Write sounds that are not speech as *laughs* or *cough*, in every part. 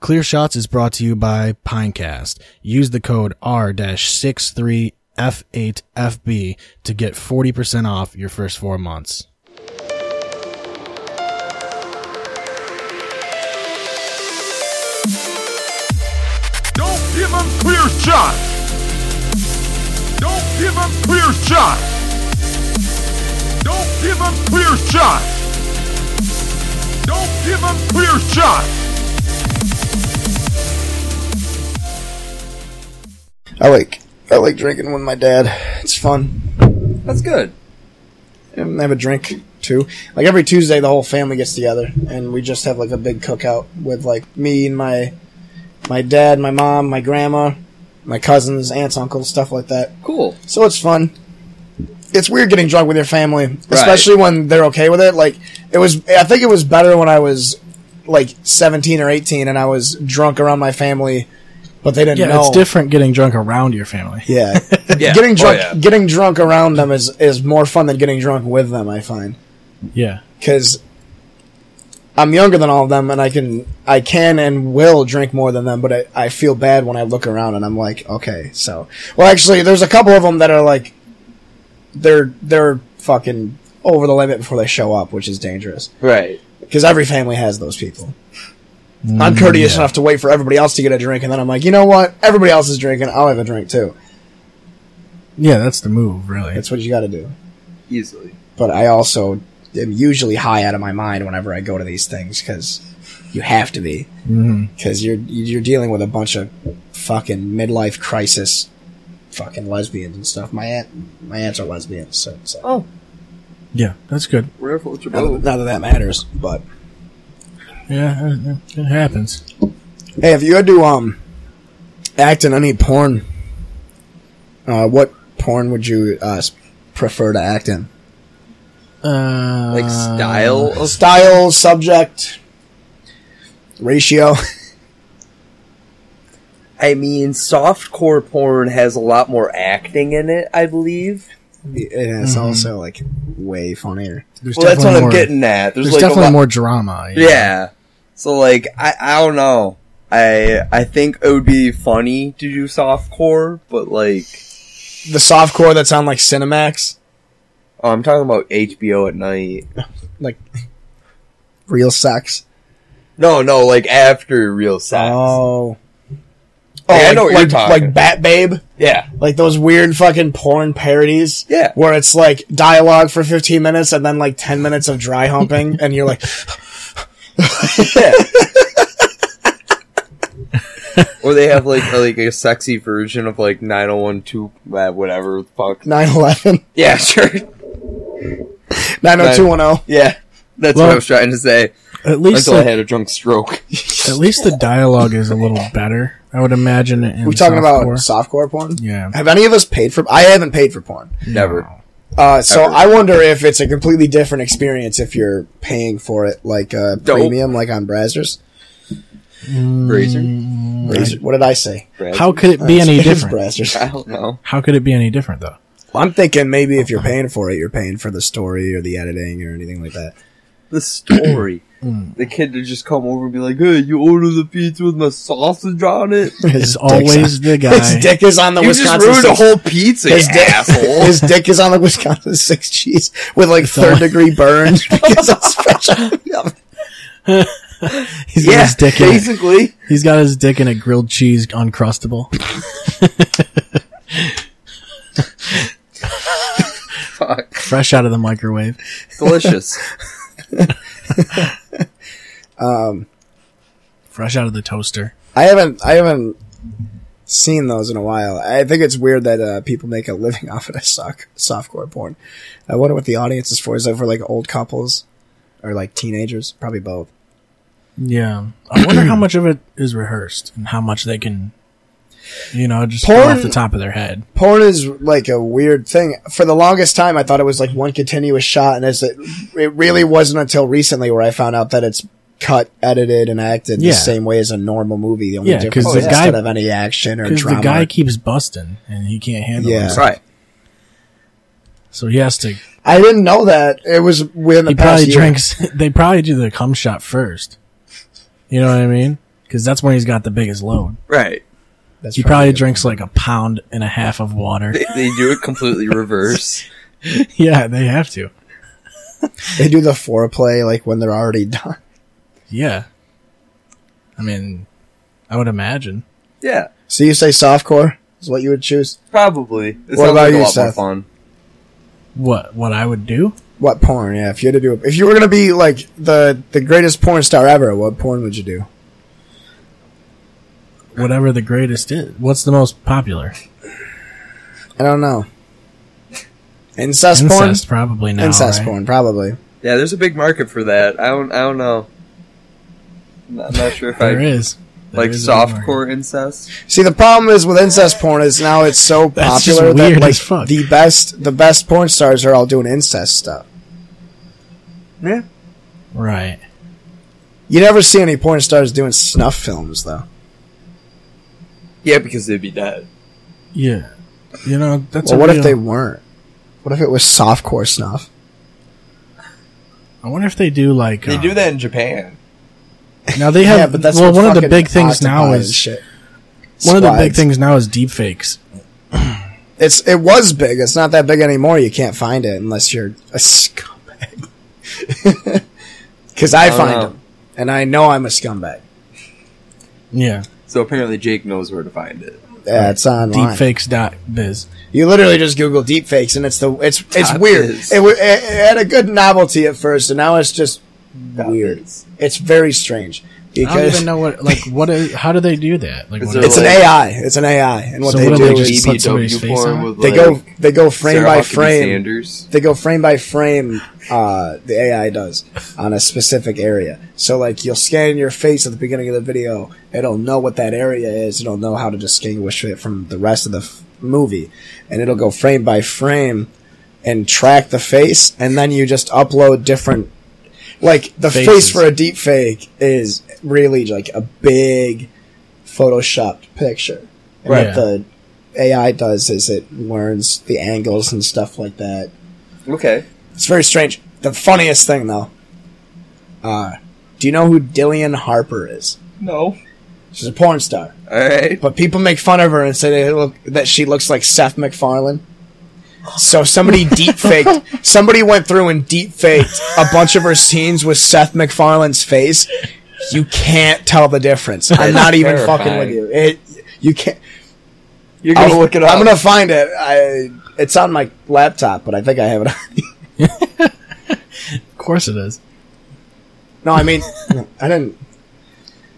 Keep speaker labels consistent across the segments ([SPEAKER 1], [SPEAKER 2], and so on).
[SPEAKER 1] Clear Shots is brought to you by Pinecast. Use the code R-63F8FB to get 40% off your first four months.
[SPEAKER 2] Don't give him clear shot. Don't give him clear shot. Don't give him clear shot. Don't give him clear shot.
[SPEAKER 3] I like I like drinking with my dad. It's fun.
[SPEAKER 4] That's good.
[SPEAKER 3] And have a drink too. Like every Tuesday, the whole family gets together, and we just have like a big cookout with like me and my my dad, my mom, my grandma, my cousins, aunts, uncles, stuff like that.
[SPEAKER 4] Cool.
[SPEAKER 3] So it's fun. It's weird getting drunk with your family, especially when they're okay with it. Like it was, I think it was better when I was like seventeen or eighteen, and I was drunk around my family, but they didn't
[SPEAKER 1] Yeah,
[SPEAKER 3] know.
[SPEAKER 1] it's different getting drunk around your family.
[SPEAKER 3] Yeah.
[SPEAKER 4] *laughs* Yeah.
[SPEAKER 3] Getting drunk,
[SPEAKER 4] Oh, yeah.
[SPEAKER 3] getting drunk around them is, is more fun than getting drunk with them. I find
[SPEAKER 1] Yeah.
[SPEAKER 3] because I'm younger than all of them, and I can I can and will drink more than them. But I, I feel bad when I look around and I'm like, okay, so well, actually, there's a couple of them that are like, they're they're fucking over the limit before they show up, which is dangerous
[SPEAKER 4] Right.
[SPEAKER 3] because every family has those people. I'm courteous enough to wait for everybody else to get a drink, and then I'm like, you know what? Everybody else is drinking. I'll have a drink too.
[SPEAKER 1] Yeah, that's the move, really.
[SPEAKER 3] That's what you got to do.
[SPEAKER 4] Easily.
[SPEAKER 3] but I also am usually high out of my mind whenever I go to these things because you have to be because you're you're dealing with a bunch of fucking midlife crisis fucking lesbians and stuff. My aunt, my aunts are lesbians, so it's like,
[SPEAKER 4] Oh.
[SPEAKER 1] yeah, that's good.
[SPEAKER 4] Wherever it's your
[SPEAKER 3] not, that, not that that matters. But
[SPEAKER 1] Yeah, it- it- it happens.
[SPEAKER 3] hey, if you had to um act in any porn, uh, what porn would you uh, s- prefer to act in?
[SPEAKER 1] Uh,
[SPEAKER 4] Like style of
[SPEAKER 3] Style, subject, ratio.
[SPEAKER 4] I mean, softcore porn has a lot more acting in it, I believe.
[SPEAKER 3] and it's also like way funnier.
[SPEAKER 1] Mm-hmm. There's
[SPEAKER 4] well, that's
[SPEAKER 1] definitely
[SPEAKER 4] what
[SPEAKER 1] more-
[SPEAKER 4] I'm getting at. There's,
[SPEAKER 1] There's,
[SPEAKER 4] like
[SPEAKER 1] definitely
[SPEAKER 4] a lot,
[SPEAKER 1] more drama. you know?
[SPEAKER 4] Yeah. So like, I I don't know. I I think it would be funny to do softcore, but like,
[SPEAKER 3] The softcore that's on like Cinemax,
[SPEAKER 4] oh, I'm talking about HBO at night.
[SPEAKER 3] like real sex.
[SPEAKER 4] No, no, like after real sex.
[SPEAKER 3] Oh,
[SPEAKER 4] Yeah, Oh, I
[SPEAKER 3] like,
[SPEAKER 4] know what
[SPEAKER 3] like,
[SPEAKER 4] you're talking.
[SPEAKER 3] like Bat Babe,
[SPEAKER 4] yeah.
[SPEAKER 3] like those weird fucking porn parodies.
[SPEAKER 4] Yeah.
[SPEAKER 3] where it's like dialogue for fifteen minutes and then like ten minutes of dry
[SPEAKER 1] *laughs*
[SPEAKER 3] humping, and you're like,
[SPEAKER 4] Yeah. *laughs* or they have like a, like a sexy version of like 9012 uh, whatever the fuck.
[SPEAKER 3] 911,
[SPEAKER 4] Yeah, sure.
[SPEAKER 3] 90210.
[SPEAKER 4] Yeah. That's what
[SPEAKER 1] Well-
[SPEAKER 4] I was trying to say
[SPEAKER 1] At least
[SPEAKER 4] until I
[SPEAKER 1] the-
[SPEAKER 4] had a drunk stroke. *laughs*
[SPEAKER 1] At least the dialogue is a *laughs* little better, I would imagine. In
[SPEAKER 3] We're talking about
[SPEAKER 1] softcore.
[SPEAKER 3] softcore porn.
[SPEAKER 1] yeah,
[SPEAKER 3] Have any of us paid for? I haven't paid for porn.
[SPEAKER 4] Never.
[SPEAKER 3] Uh, so
[SPEAKER 4] Ever.
[SPEAKER 3] I wonder if it's a completely different experience if you're paying for it like uh,
[SPEAKER 4] Dope.
[SPEAKER 3] premium, like on Brazzers.
[SPEAKER 4] Razor?
[SPEAKER 3] Brazzer- What did I say?
[SPEAKER 4] Razor?
[SPEAKER 1] Hmm. How could it be any
[SPEAKER 3] *laughs* It is
[SPEAKER 1] different?
[SPEAKER 4] I *laughs*
[SPEAKER 3] Brazzers.
[SPEAKER 1] *laughs*
[SPEAKER 4] don't know.
[SPEAKER 1] How could it be any different though?
[SPEAKER 3] I'm thinking maybe if you're paying for it, you're paying for the story or the editing or anything like that. *laughs*
[SPEAKER 4] The story.
[SPEAKER 1] Hmm.
[SPEAKER 4] the kid to just come over and be like, hey, you order the pizza with my sausage on
[SPEAKER 1] *laughs*
[SPEAKER 4] it?
[SPEAKER 3] His
[SPEAKER 1] It's always the guy.
[SPEAKER 3] his dick is on the
[SPEAKER 4] You just
[SPEAKER 3] Wisconsin.
[SPEAKER 4] ruined a
[SPEAKER 3] six-
[SPEAKER 4] whole pizza, you
[SPEAKER 3] his dick, *laughs*
[SPEAKER 4] asshole.
[SPEAKER 3] his dick is on the Wisconsin six cheese with like third
[SPEAKER 1] always-
[SPEAKER 3] degree
[SPEAKER 1] *laughs*
[SPEAKER 3] burns because it's fresh. *laughs* out of the oven.
[SPEAKER 1] *laughs* He's got
[SPEAKER 4] yeah,
[SPEAKER 1] his dick in it.
[SPEAKER 4] basically.
[SPEAKER 1] He's got his dick in a grilled cheese uncrustable.
[SPEAKER 4] Fuck.
[SPEAKER 1] Fresh out of the microwave. *laughs*
[SPEAKER 4] Delicious.
[SPEAKER 1] Fresh out of the toaster.
[SPEAKER 3] I haven't I haven't seen those in a while. I think it's weird that uh, people make a living *laughs* off of soft softcore porn. I wonder what the audience is for. Is that for like old couples or like teenagers? Probably both.
[SPEAKER 1] Yeah. I wonder how much of it is rehearsed and how much they can you know, just go
[SPEAKER 3] Porn-
[SPEAKER 1] off the top of their head.
[SPEAKER 3] Porn is like a weird thing. For the longest time, I thought it was like one continuous shot, and it's, it it really wasn't until recently where I found out that it's cut, edited, and acted
[SPEAKER 1] Yeah.
[SPEAKER 3] the same way as a normal movie. The only
[SPEAKER 1] Yeah, 'cause
[SPEAKER 3] difference
[SPEAKER 1] the
[SPEAKER 3] is
[SPEAKER 1] guy-
[SPEAKER 3] instead of any action or
[SPEAKER 1] Because
[SPEAKER 3] drama,
[SPEAKER 1] the guy keeps busting and he can't handle
[SPEAKER 3] Yeah.
[SPEAKER 1] it.
[SPEAKER 4] right.
[SPEAKER 1] So he has to
[SPEAKER 3] I didn't know that it was within the
[SPEAKER 1] he *laughs*
[SPEAKER 3] past
[SPEAKER 1] probably
[SPEAKER 3] year.
[SPEAKER 1] drinks they probably do the cum shot first. You know what I mean? because that's when he's got the biggest load.
[SPEAKER 4] Right.
[SPEAKER 3] That's
[SPEAKER 1] He probably
[SPEAKER 3] good.
[SPEAKER 1] drinks like a pound and a half of
[SPEAKER 3] *laughs*
[SPEAKER 1] water.
[SPEAKER 4] They, they do it
[SPEAKER 1] *laughs*
[SPEAKER 4] completely reverse.
[SPEAKER 1] yeah, they have to.
[SPEAKER 3] They do the foreplay like when they're already *laughs* done.
[SPEAKER 1] Yeah. I mean, I would imagine.
[SPEAKER 4] Yeah,
[SPEAKER 3] So you say softcore is what you would choose?
[SPEAKER 4] probably. It
[SPEAKER 3] What
[SPEAKER 4] sounds
[SPEAKER 3] about
[SPEAKER 4] like a
[SPEAKER 3] you,
[SPEAKER 4] lot more
[SPEAKER 3] Seth?
[SPEAKER 4] fun.
[SPEAKER 1] What what I would do?
[SPEAKER 3] What porn? Yeah, if you had to do, if you were gonna be like the the greatest porn star ever, what porn would you do?
[SPEAKER 1] Whatever the greatest is. What's the most popular?
[SPEAKER 3] I don't know. Incest,
[SPEAKER 1] Incest, probably now.
[SPEAKER 3] porn. Incest
[SPEAKER 1] right?
[SPEAKER 3] porn, probably.
[SPEAKER 4] Yeah, there's a big market for that. I don't. I don't know. I'm not, I'm not sure if
[SPEAKER 1] There
[SPEAKER 4] I
[SPEAKER 1] is There
[SPEAKER 4] like
[SPEAKER 1] is a big market.
[SPEAKER 4] softcore incest.
[SPEAKER 3] See, the problem is with incest porn is now it's so
[SPEAKER 1] That's just
[SPEAKER 3] popular that
[SPEAKER 1] weird
[SPEAKER 3] like
[SPEAKER 1] as fuck.
[SPEAKER 3] the best the best porn stars are all doing incest stuff.
[SPEAKER 4] Yeah.
[SPEAKER 1] Right.
[SPEAKER 3] You never see any porn stars doing snuff films though.
[SPEAKER 4] Yeah, because they'd be dead.
[SPEAKER 1] Yeah. You know, that's
[SPEAKER 3] well,
[SPEAKER 1] a
[SPEAKER 3] what
[SPEAKER 1] real-
[SPEAKER 3] if they weren't? What if it was softcore snuff?
[SPEAKER 1] I wonder if they do like
[SPEAKER 4] They
[SPEAKER 1] uh,
[SPEAKER 4] do that in Japan.
[SPEAKER 1] Now they have well
[SPEAKER 3] what
[SPEAKER 1] one of the
[SPEAKER 3] fucking
[SPEAKER 1] big things now
[SPEAKER 3] octopi and
[SPEAKER 1] is
[SPEAKER 3] shit.
[SPEAKER 1] one of the big
[SPEAKER 3] Slides.
[SPEAKER 1] things now is deep fakes.
[SPEAKER 3] It's it was big. It's not that big anymore. You can't find it unless you're a *laughs* scumbag. *laughs* Because I
[SPEAKER 4] don't
[SPEAKER 3] find
[SPEAKER 4] know.
[SPEAKER 3] them, and I know I'm a scumbag.
[SPEAKER 1] Yeah.
[SPEAKER 4] So apparently Jake knows where to find it.
[SPEAKER 3] Yeah, it's online.
[SPEAKER 1] Deepfakes.biz.
[SPEAKER 3] You literally just Google deepfakes, and it's the it's it's
[SPEAKER 4] That
[SPEAKER 3] weird.
[SPEAKER 4] is-
[SPEAKER 3] It, wa- it, it had a good novelty at first, and now it's just
[SPEAKER 4] That
[SPEAKER 3] weird.
[SPEAKER 4] is-
[SPEAKER 3] It's very strange
[SPEAKER 1] I don't even
[SPEAKER 3] because
[SPEAKER 1] know what like what is how do they do that? Like
[SPEAKER 4] Is
[SPEAKER 1] what
[SPEAKER 4] there,
[SPEAKER 1] are-
[SPEAKER 3] it's an
[SPEAKER 4] like-
[SPEAKER 3] AI. It's an AI, and what
[SPEAKER 1] So
[SPEAKER 3] they
[SPEAKER 1] what are
[SPEAKER 3] do
[SPEAKER 1] they
[SPEAKER 3] is
[SPEAKER 1] just put somebody's
[SPEAKER 4] BBW
[SPEAKER 1] face
[SPEAKER 4] porn
[SPEAKER 1] on it?
[SPEAKER 4] with,
[SPEAKER 3] they
[SPEAKER 4] like,
[SPEAKER 3] go they go frame
[SPEAKER 4] Sarah
[SPEAKER 3] by
[SPEAKER 4] Huckabee
[SPEAKER 3] frame.
[SPEAKER 4] Sanders.
[SPEAKER 3] they go frame by frame uh, the ai does on a specific area so like you'll scan your face at the beginning of the video it'll know what that area is it'll know how to distinguish it from the rest of the f- movie and it'll go frame by frame and track the face and then you just upload different like the
[SPEAKER 1] Faces.
[SPEAKER 3] face for a deep fake is really like a big photoshopped picture and
[SPEAKER 1] Right.
[SPEAKER 3] what the ai does is it learns the angles and stuff like that
[SPEAKER 4] Okay.
[SPEAKER 3] it's very strange. The funniest thing, though, uh, do you know who Dillian Harper is?
[SPEAKER 4] No.
[SPEAKER 3] She's a porn star,
[SPEAKER 4] All right.
[SPEAKER 3] but people make fun of her and say they look, that she looks like Seth MacFarlane. So
[SPEAKER 4] *laughs*
[SPEAKER 3] somebody deep faked. Somebody went through and deep faked a bunch of her scenes with Seth MacFarlane's face. You can't tell the difference. I'm
[SPEAKER 4] That's
[SPEAKER 3] not even fucking
[SPEAKER 4] terrifying.
[SPEAKER 3] with you. It, you can't.
[SPEAKER 4] You're gonna
[SPEAKER 3] I'll-
[SPEAKER 4] look it up.
[SPEAKER 3] I'm gonna find it. I, it's on my laptop, but I think I have it. *laughs* on
[SPEAKER 1] Of course it is.
[SPEAKER 3] No, I mean, I didn't.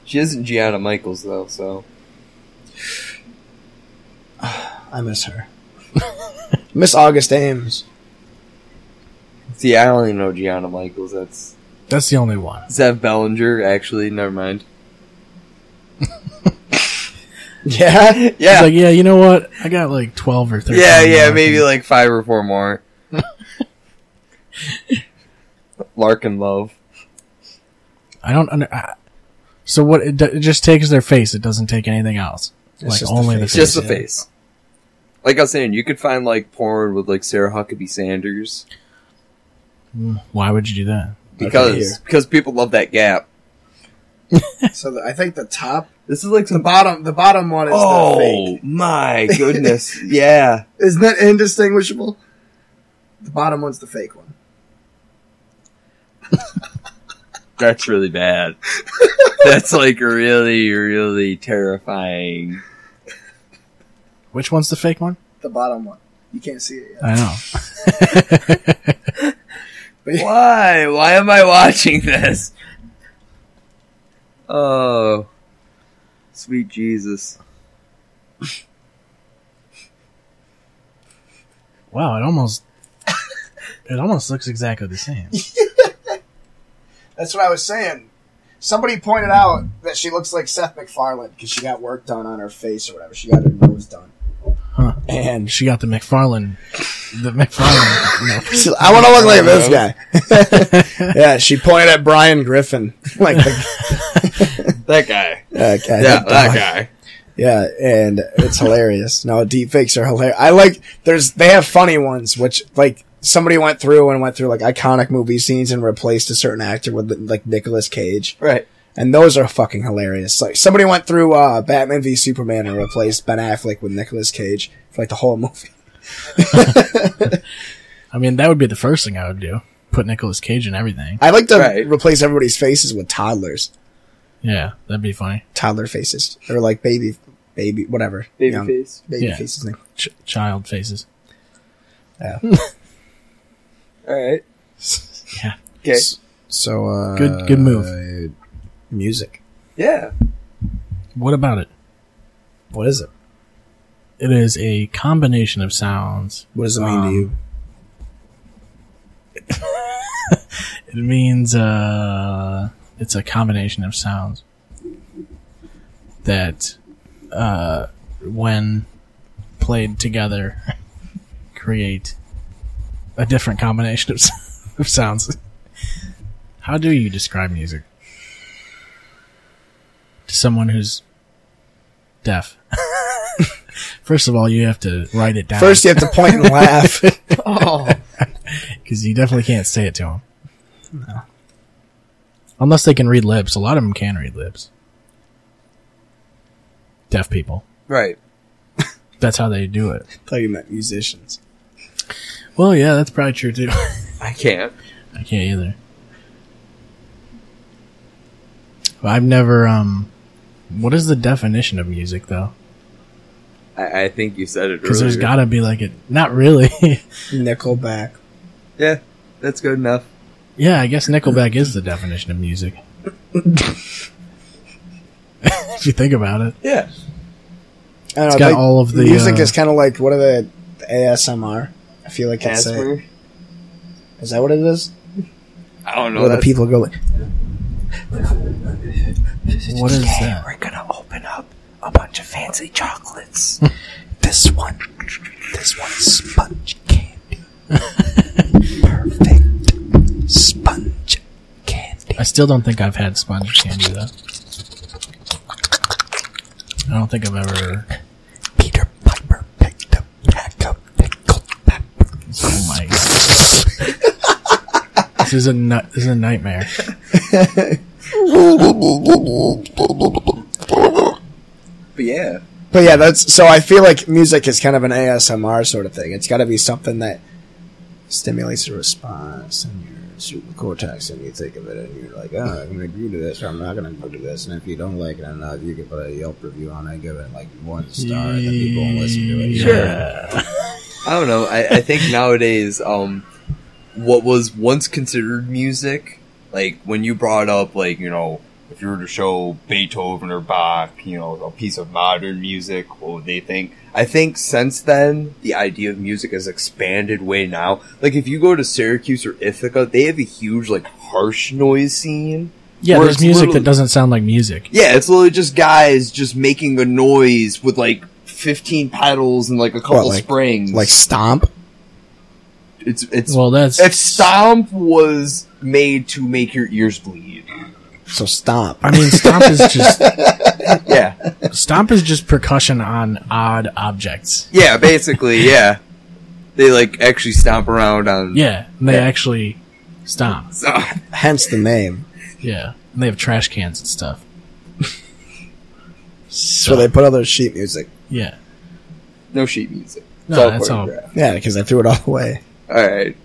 [SPEAKER 4] She isn't Gianna Michaels though, so
[SPEAKER 3] I miss her. *laughs* miss August Ames. *laughs*
[SPEAKER 4] see, I only know Gianna Michaels. That's
[SPEAKER 1] That's the only one.
[SPEAKER 4] Zev Bellinger. Actually, never mind.
[SPEAKER 3] Yeah.
[SPEAKER 1] It's
[SPEAKER 4] Yeah,
[SPEAKER 1] like, yeah, you know what? I got like twelve or thirteen.
[SPEAKER 4] yeah, yeah.
[SPEAKER 1] Larkin.
[SPEAKER 4] Maybe like five or four
[SPEAKER 1] *laughs*
[SPEAKER 4] more. Larkin Love.
[SPEAKER 1] I don't under I, so what it, do- it just takes their face, it doesn't take anything else. like
[SPEAKER 3] just the
[SPEAKER 1] only the face.
[SPEAKER 3] face.
[SPEAKER 4] It's just the
[SPEAKER 3] yeah.
[SPEAKER 4] face. Like I was saying, you could find like porn with like Sarah Huckabee Sanders
[SPEAKER 1] Why would you do that?
[SPEAKER 4] because
[SPEAKER 3] here.
[SPEAKER 4] because people love that gap.
[SPEAKER 3] So the, I think the top,
[SPEAKER 4] This is like
[SPEAKER 3] the
[SPEAKER 4] some.
[SPEAKER 3] bottom, the bottom one is the
[SPEAKER 4] oh
[SPEAKER 3] fake.
[SPEAKER 4] *laughs* my goodness! yeah,
[SPEAKER 3] Isn't that indistinguishable? The bottom one's the fake one.
[SPEAKER 4] That's really *laughs* bad. That's like really, really terrifying.
[SPEAKER 1] Which one's the fake one?
[SPEAKER 3] The bottom one. You can't see it yet.
[SPEAKER 1] I
[SPEAKER 4] *laughs*
[SPEAKER 1] know.
[SPEAKER 4] Why? Why am I watching this? Oh, sweet Jesus.
[SPEAKER 1] Wow, it almost it almost looks exactly the same.
[SPEAKER 3] That's what I was saying. Somebody pointed out that she looks like Seth MacFarlane because she got work done on her face or whatever. She got her nose done.
[SPEAKER 1] Huh.
[SPEAKER 3] And
[SPEAKER 1] She got the McFarlane the McFarlane
[SPEAKER 3] She's like, *laughs* I want to look like this *laughs* guy. yeah, she pointed at Brian Griffin, *laughs* like the,
[SPEAKER 4] That guy.
[SPEAKER 3] uh, guy,
[SPEAKER 4] Yeah,
[SPEAKER 3] *laughs* that dog.
[SPEAKER 4] that guy.
[SPEAKER 3] Yeah, and it's hilarious. No, deep fakes are hilarious. I like there's they have funny ones, which like somebody went through and went through like iconic movie scenes and replaced a certain actor with like Nicolas Cage,
[SPEAKER 4] Right.
[SPEAKER 3] And those are fucking hilarious. Like somebody went through uh, Batman v Superman and replaced Ben Affleck with Nicolas Cage for like the whole movie.
[SPEAKER 1] I mean, that would be the first thing I would do. Put Nicolas Cage in everything.
[SPEAKER 3] I like to
[SPEAKER 4] Right.
[SPEAKER 3] replace everybody's faces with toddlers,
[SPEAKER 1] Yeah, that'd be funny.
[SPEAKER 3] toddler faces, or like baby, baby, whatever. young-
[SPEAKER 4] Babyface.
[SPEAKER 3] baby
[SPEAKER 1] Yeah.
[SPEAKER 3] faces name.
[SPEAKER 1] Ch- child faces. *laughs*
[SPEAKER 4] All right.
[SPEAKER 1] Yeah.
[SPEAKER 4] Okay.
[SPEAKER 3] So uh,
[SPEAKER 1] Good- good move.
[SPEAKER 3] Music.
[SPEAKER 4] Yeah.
[SPEAKER 1] What about it?
[SPEAKER 3] What is it?
[SPEAKER 1] It is a combination of sounds.
[SPEAKER 3] What does it mean to
[SPEAKER 1] Um,
[SPEAKER 3] you?
[SPEAKER 1] It means uh, it's a combination of sounds that, uh, when played together, *laughs* create a different combination of, s- *laughs* of sounds. How do you describe music to someone who's deaf? *laughs* First of all, you have to write it down.
[SPEAKER 3] First, you have to point and *laughs* laugh.
[SPEAKER 4] Oh.
[SPEAKER 1] because you definitely can't say it to them. Unless they can read lips. A lot of them can read lips. Deaf people.
[SPEAKER 4] right.
[SPEAKER 1] That's how they do it.
[SPEAKER 3] thought you meant musicians.
[SPEAKER 1] Well, yeah, that's probably true too. *laughs*
[SPEAKER 4] I can't.
[SPEAKER 1] I can't either. But I've never. Um, what is the definition of music though?
[SPEAKER 4] I, I think you said it
[SPEAKER 1] Because there's
[SPEAKER 4] earlier.
[SPEAKER 1] got to be like it. Not really. *laughs*
[SPEAKER 3] Nickelback.
[SPEAKER 4] yeah. That's good enough.
[SPEAKER 1] yeah, I guess Nickelback is the definition of music. *laughs* if you think about it.
[SPEAKER 4] Yeah.
[SPEAKER 3] I don't
[SPEAKER 1] It's
[SPEAKER 3] know,
[SPEAKER 1] got
[SPEAKER 3] like,
[SPEAKER 1] all of the,
[SPEAKER 3] music
[SPEAKER 1] uh,
[SPEAKER 3] is kind of like what are the the ASMR? I feel like that's it. Is that what it is?
[SPEAKER 4] I don't know.
[SPEAKER 3] Where the
[SPEAKER 4] that's-
[SPEAKER 3] people go like,
[SPEAKER 1] What is that?
[SPEAKER 5] We're gonna open up a bunch of fancy
[SPEAKER 1] *laughs*
[SPEAKER 5] chocolates. this one, this one is sponge candy. Perfect sponge candy.
[SPEAKER 1] I still don't think I've had sponge candy though. I don't think I've ever.
[SPEAKER 5] Peter Piper picked a pack of pickled peppers.
[SPEAKER 1] Oh my god! *laughs* this is a nu- this is a nightmare.
[SPEAKER 4] But yeah.
[SPEAKER 3] But yeah, that's so. I feel like music is kind of an ASMR sort of thing. It's got to be something that stimulates a response in your super cortex, and you think of it, and you're like, "Oh, I'm gonna agree to this, or I'm not gonna agree to this." And if you don't like it enough, you can put a Yelp review on it, give it like one star, and then people will listen to it.
[SPEAKER 4] Mm, I don't know. I, I think nowadays, um, what was once considered music, like when you brought up, like you know, if you were to show Beethoven or Bach, you know, a piece of modern music, what would they think? I think since then, the idea of music has expanded way now. Like if you go to Syracuse or Ithaca, they have a huge like harsh noise scene.
[SPEAKER 1] Yeah,
[SPEAKER 4] Where
[SPEAKER 1] there's
[SPEAKER 4] it's
[SPEAKER 1] music that
[SPEAKER 4] literally-
[SPEAKER 1] doesn't sound like music.
[SPEAKER 4] Yeah, it's literally just guys just making a noise with like fifteen pedals and like a couple
[SPEAKER 3] like-
[SPEAKER 4] springs.
[SPEAKER 3] Like stomp.
[SPEAKER 4] it's it's
[SPEAKER 1] Well, that's
[SPEAKER 4] if stomp was made to make your ears bleed
[SPEAKER 3] So stomp.
[SPEAKER 1] I mean, stomp
[SPEAKER 4] *laughs*
[SPEAKER 1] is just
[SPEAKER 4] yeah
[SPEAKER 1] stomp is just percussion on odd objects.
[SPEAKER 4] yeah basically yeah they like actually stomp around on
[SPEAKER 1] Yeah, and they
[SPEAKER 4] Yeah.
[SPEAKER 1] actually stomp.
[SPEAKER 4] so,
[SPEAKER 3] Hence the name.
[SPEAKER 1] Yeah, and they have trash cans and stuff. so
[SPEAKER 3] So they put all those sheet music.
[SPEAKER 1] yeah,
[SPEAKER 4] *laughs* no sheet music
[SPEAKER 1] No, that's all.
[SPEAKER 4] choreographed.
[SPEAKER 3] Yeah, because I threw it all *laughs* away.
[SPEAKER 4] all right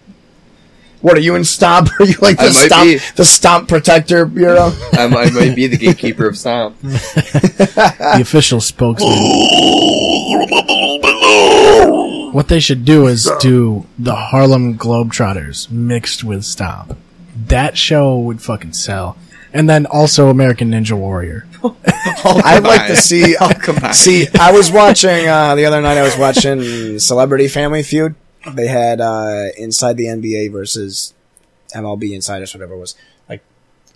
[SPEAKER 3] What are you in stomp? *laughs* Are you like
[SPEAKER 4] I
[SPEAKER 3] the
[SPEAKER 4] might
[SPEAKER 3] stomp,
[SPEAKER 4] be.
[SPEAKER 3] the stomp protector bureau?
[SPEAKER 4] I, might- I might be the gatekeeper of
[SPEAKER 1] *laughs*
[SPEAKER 4] stomp Ah.
[SPEAKER 1] the official
[SPEAKER 4] *gasps*
[SPEAKER 1] spokesman. what they should do is do the Harlem Globetrotters mixed with Stomp. That show would fucking sell. And then also American Ninja Warrior.
[SPEAKER 3] I'd like to
[SPEAKER 4] Combined.
[SPEAKER 3] see.
[SPEAKER 4] combined.
[SPEAKER 3] see, I was watching uh, the other night. I was watching Celebrity Family Feud. They had uh, inside the NBA versus MLB insiders, whatever it was like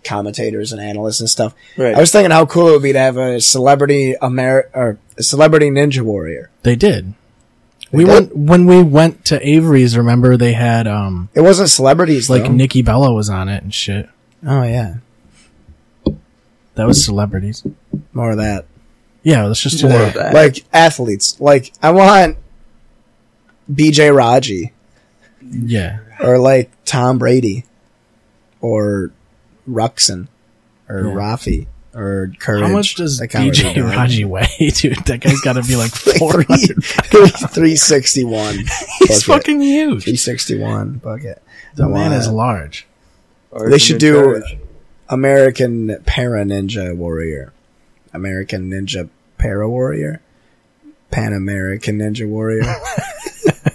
[SPEAKER 3] commentators and analysts and stuff.
[SPEAKER 4] Right.
[SPEAKER 3] I was thinking how cool it would be to have a celebrity Amer or a celebrity Ninja Warrior.
[SPEAKER 1] They did. we
[SPEAKER 3] did?
[SPEAKER 1] went when we went to Avery's. Remember they had um
[SPEAKER 3] It wasn't celebrities
[SPEAKER 1] like
[SPEAKER 3] though.
[SPEAKER 1] Nikki Bella was on it and shit.
[SPEAKER 3] oh yeah,
[SPEAKER 1] That was celebrities.
[SPEAKER 3] more of that.
[SPEAKER 1] Yeah, let's just do
[SPEAKER 4] More of
[SPEAKER 1] that.
[SPEAKER 4] that.
[SPEAKER 3] Like athletes. Like I want B.J. Raji.
[SPEAKER 1] Yeah,
[SPEAKER 3] or like Tom Brady or Ruxin or Rafi or Courage.
[SPEAKER 1] How much does
[SPEAKER 3] That can't really
[SPEAKER 1] DJ
[SPEAKER 3] be right.
[SPEAKER 1] Raji weigh, *laughs* dude? That guy's got to be like
[SPEAKER 3] *laughs* Like
[SPEAKER 1] four
[SPEAKER 3] three-
[SPEAKER 1] hundred.
[SPEAKER 3] three- 361.
[SPEAKER 1] *laughs* He's fucking huge.
[SPEAKER 3] 361 bucket.
[SPEAKER 1] The man
[SPEAKER 3] Wow.
[SPEAKER 1] is large.
[SPEAKER 3] They should do American Para Ninja Warrior. American Ninja Para Warrior. Pan American Ninja
[SPEAKER 1] *laughs*
[SPEAKER 3] Warrior.